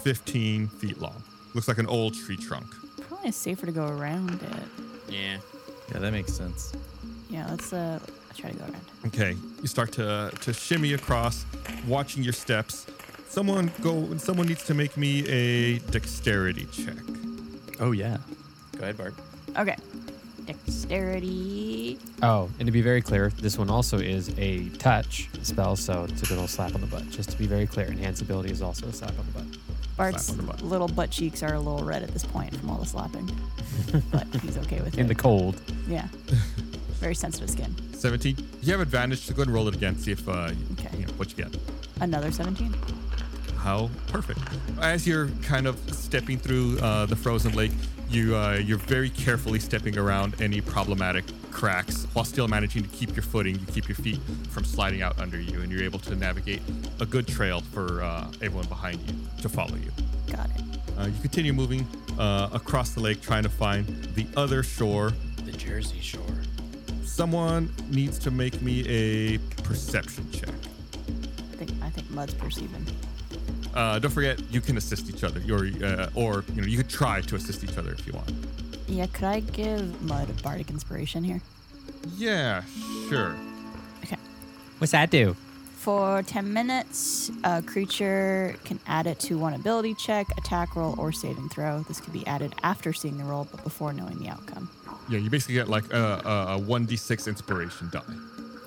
Speaker 1: fifteen feet long. Looks like an old tree trunk.
Speaker 10: Probably safer to go around it.
Speaker 6: Yeah.
Speaker 7: Yeah, that makes sense.
Speaker 10: Yeah, let's uh I'll try to go around.
Speaker 1: Okay, you start to to shimmy across, watching your steps. Someone go. Someone needs to make me a dexterity check.
Speaker 7: Oh yeah.
Speaker 6: Go ahead, Bart.
Speaker 10: Okay. Dexterity.
Speaker 5: Oh, and to be very clear, this one also is a touch spell, so it's a good old slap on the butt. Just to be very clear, enhance ability is also a slap on the butt.
Speaker 10: Bart's little butt cheeks are a little red at this point from all the slapping, but he's okay with it.
Speaker 5: In the cold.
Speaker 10: Yeah. Very sensitive skin.
Speaker 1: 17. You have advantage, so go ahead and roll it again. See if uh, you know, what you get.
Speaker 10: Another 17.
Speaker 1: How perfect. As you're kind of stepping through uh, the frozen lake, you uh, you're very carefully stepping around any problematic cracks while still managing to keep your footing. You keep your feet from sliding out under you, and you're able to navigate a good trail for uh, everyone behind you to follow you.
Speaker 10: Got it.
Speaker 1: Uh, you continue moving uh, across the lake, trying to find the other shore.
Speaker 6: The Jersey Shore.
Speaker 1: Someone needs to make me a perception check.
Speaker 10: I think I think Mud's perceiving.
Speaker 1: Uh, don't forget, you can assist each other, or uh, or you know, you could try to assist each other if you want.
Speaker 10: Yeah, could I give Mud a bardic inspiration here?
Speaker 1: Yeah, sure.
Speaker 5: What's that do?
Speaker 10: For 10 minutes, a creature can add it to one ability check, attack roll, or saving throw. This could be added after seeing the roll, but before knowing the outcome.
Speaker 1: Yeah, you basically get like a, a, a 1d6 inspiration die.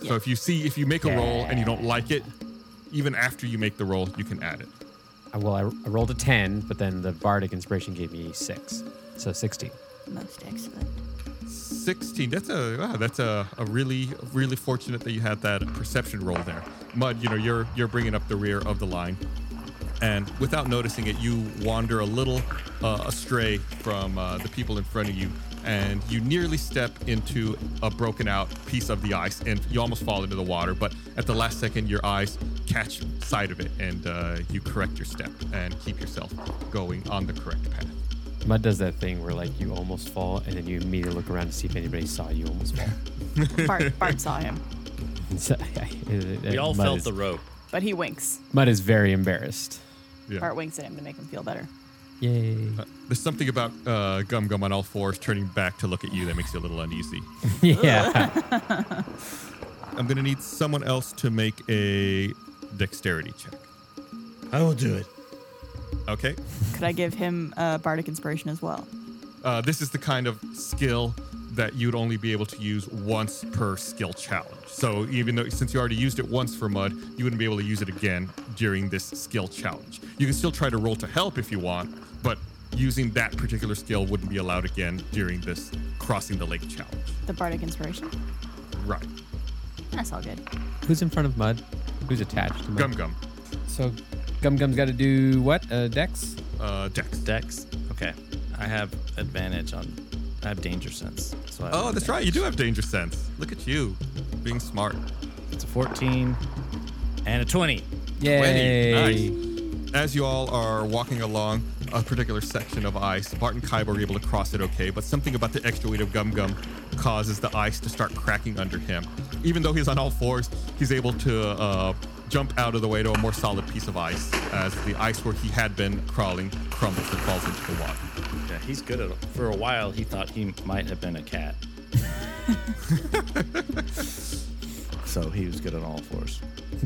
Speaker 1: So
Speaker 10: Yeah.
Speaker 1: if you see, if you make a roll and you don't like it, even after you make the roll, you can add it.
Speaker 5: Uh, Well, I, I rolled a 10, but then the bardic inspiration gave me 6. So 16.
Speaker 10: Most excellent.
Speaker 1: 16. That's a wow, that's a, a really really fortunate that you had that perception roll there. Mud, you know, you're you're bringing up the rear of the line. And without noticing it, you wander a little uh, astray from uh, the people in front of you, and you nearly step into a broken out piece of the ice, and you almost fall into the water. But at the last second, your eyes catch sight of it, and uh, you correct your step and keep yourself going on the correct path.
Speaker 5: Mud does that thing where, like, you almost fall, and then you immediately look around to see if anybody saw you almost fall.
Speaker 10: Bart, Bart saw him,
Speaker 5: So,
Speaker 7: We all
Speaker 5: Mud
Speaker 7: felt
Speaker 5: is-
Speaker 7: the rope.
Speaker 10: but he winks.
Speaker 5: Mud is very embarrassed.
Speaker 10: Bart winks at him to make him feel better.
Speaker 5: Yay.
Speaker 1: Uh, there's something about uh, Gum Gum on all fours turning back to look at you that makes you a little uneasy.
Speaker 5: Yeah.
Speaker 1: I'm going to need someone else to make a dexterity check.
Speaker 9: I will do it.
Speaker 1: Okay.
Speaker 10: Could I give him a bardic inspiration as well?
Speaker 1: Uh, this is the kind of skill that you'd only be able to use once per skill challenge. So even though since you already used it once for mud, you wouldn't be able to use it again during this skill challenge. You can still try to roll to help if you want, but using that particular skill wouldn't be allowed again during this crossing the lake challenge.
Speaker 10: The bardic inspiration?
Speaker 1: Right.
Speaker 10: That's all good.
Speaker 5: Who's in front of Mud? Who's attached to Mud?
Speaker 1: Gum Gum.
Speaker 5: So Gum Gum's got to do what? Uh, Dex?
Speaker 1: Uh, Dex.
Speaker 7: Dex. Okay. I have advantage on. I have danger sense. So I have
Speaker 1: Oh, that's right. You
Speaker 7: advantage.
Speaker 1: do have danger sense. Look at you being smart.
Speaker 7: It's a 14 and a 20.
Speaker 1: 20. Nice. As you all are walking along a particular section of ice, Bart and Kai were able to cross it okay, but something about the extra weight of Gum Gum causes the ice to start cracking under him. Even though he's on all fours, he's able to uh, jump out of the way to a more solid piece of ice as the ice where he had been crawling crumbles and falls into the water.
Speaker 7: Yeah, he's good at. For a while, he thought he might have been a cat. so he was good on all fours.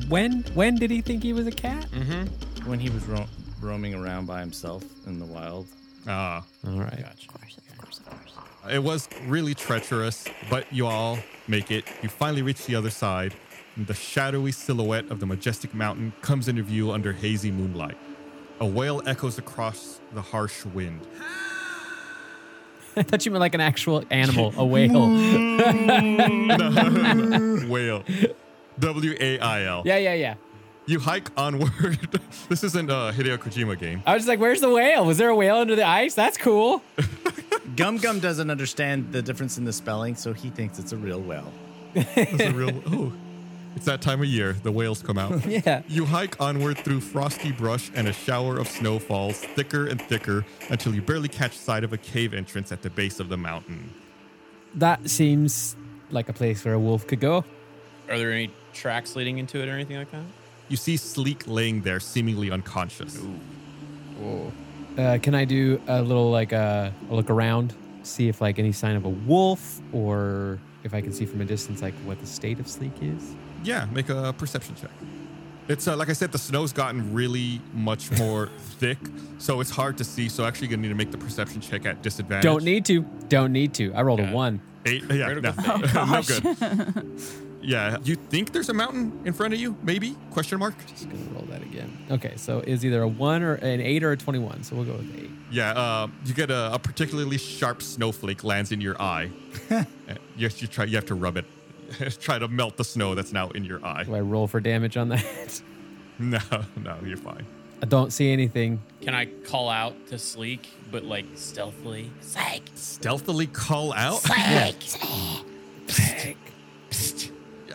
Speaker 5: When when did he think he was a cat?
Speaker 7: Mm-hmm. When he was ro- roaming around by himself in the wild.
Speaker 1: Ah.
Speaker 5: All right.
Speaker 7: Gotcha.
Speaker 1: It was really treacherous, but you all make it. You finally reach the other side, and the shadowy silhouette of the majestic mountain comes into view under hazy moonlight. A wail echoes across the harsh wind.
Speaker 5: I thought you meant like an actual animal, a whale.
Speaker 1: wail. W A I L.
Speaker 5: yeah, yeah, yeah.
Speaker 1: You hike onward. this isn't a Hideo Kojima game.
Speaker 5: I was just like, where's the whale? Was there a whale under the ice? That's cool.
Speaker 7: Gum Gum doesn't understand the difference in the spelling, so he thinks it's a real whale.
Speaker 1: It's a real. Oh, it's that time of year. The whales come out.
Speaker 5: yeah.
Speaker 1: You hike onward through frosty brush and a shower of snow falls thicker and thicker until you barely catch sight of a cave entrance at the base of the mountain.
Speaker 5: That seems like a place where a wolf could go.
Speaker 6: Are there any tracks leading into it or anything like that?
Speaker 1: You see Sleek laying there, seemingly unconscious.
Speaker 6: Whoa.
Speaker 5: Uh, can I do a little like uh, a look around, see if like any sign of a wolf or if I can see from a distance, like what the state of sleek is?
Speaker 1: Yeah, make a perception check. It's uh, like I said, the snow's gotten really much more thick, so it's hard to see. So actually, you're gonna need to make the perception check at disadvantage.
Speaker 5: Don't need to. Don't need to. I rolled a one.
Speaker 1: Eight. Yeah, no, no good. Yeah, you think there's a mountain in front of you? Maybe? Question mark.
Speaker 5: Just gonna roll that again. Okay, so is either a one or an eight or a twenty-one. So we'll go with eight.
Speaker 1: Yeah, uh, you get a, a particularly sharp snowflake lands in your eye. Uh, yes, you try. You have to rub it. try to melt the snow that's now in your eye.
Speaker 5: Do I roll for damage on that?
Speaker 1: No, no, you're fine.
Speaker 5: I don't see anything.
Speaker 6: Can I call out to Sleek, but like stealthily? Sleek.
Speaker 1: Stealthily call out.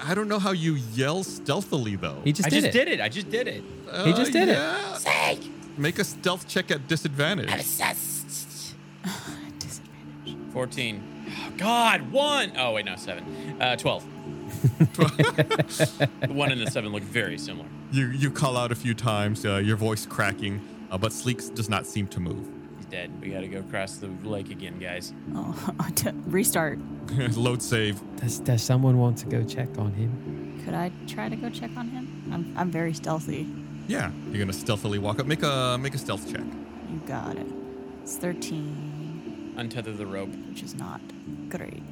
Speaker 1: I don't know how you yell stealthily though.
Speaker 5: He just
Speaker 6: I
Speaker 5: did
Speaker 6: just
Speaker 5: it.
Speaker 6: did it. I just did it.
Speaker 1: Uh,
Speaker 5: He just did it.
Speaker 1: it. Make a stealth check at disadvantage.
Speaker 6: Fourteen. Oh, God, one. Oh wait, no, seven. Uh, Twelve. the one and the seven look very similar.
Speaker 1: You you call out a few times, uh, your voice cracking, uh, but Sleek does not seem to move.
Speaker 6: He's dead. We gotta go across the lake again, guys.
Speaker 10: Oh, restart.
Speaker 1: Load save.
Speaker 11: Does, does someone want to go check on him?
Speaker 10: Could I try to go check on him? I'm, I'm very stealthy.
Speaker 1: Yeah, you're gonna stealthily walk up. Make a make a stealth check.
Speaker 10: You got it. It's 13,
Speaker 6: Untether the rope.
Speaker 10: which is not great.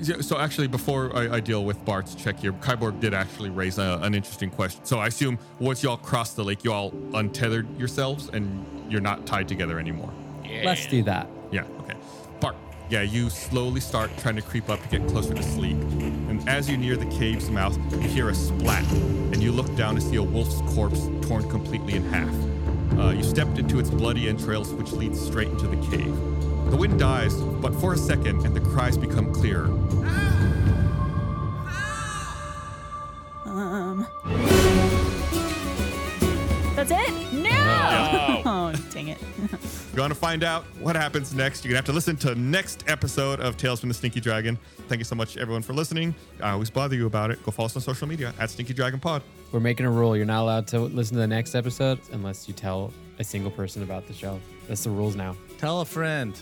Speaker 1: Yeah, So actually, before I, I deal with Bart's check here, Kyborg did actually raise a, an interesting question. So I assume once y'all cross the lake, y'all untethered yourselves and you're not tied together anymore.
Speaker 5: Let's do that.
Speaker 1: Yeah, okay. Bart, yeah, you slowly start trying to creep up to get closer to sleep. And as you near the cave's mouth, you hear a splat, and you look down to see a wolf's corpse torn completely in half. Uh, you stepped into its bloody entrails, which leads straight into the cave. The wind dies, but for a second, and the cries become clearer.
Speaker 10: Um. That's it? No!
Speaker 1: No.
Speaker 10: oh, dang it.
Speaker 1: If you want to find out what happens next, you're going to have to listen to next episode of Tales from the Stinky Dragon. Thank you so much, everyone, for listening. I always bother you about it. Go follow us on social media at Stinky Dragon Pod.
Speaker 5: We're making a rule. You're not allowed to listen to the next episode unless you tell a single person about the show. That's the rules now.
Speaker 7: Tell a friend.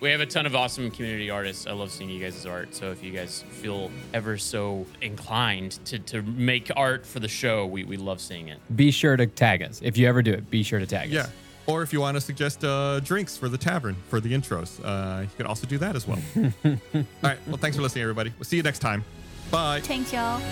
Speaker 6: We have a ton of awesome community artists. I love seeing you guys' art. So if you guys feel ever so inclined to, to make art for the show, we, we love seeing it.
Speaker 5: Be sure to tag us. If you ever do it, be sure to tag us.
Speaker 1: Yeah. Or if you want to suggest uh, drinks for the tavern for the intros, uh, you can also do that as well. All right. Well, thanks for listening, everybody. We'll see you next time. Bye.
Speaker 10: Thanks, y'all.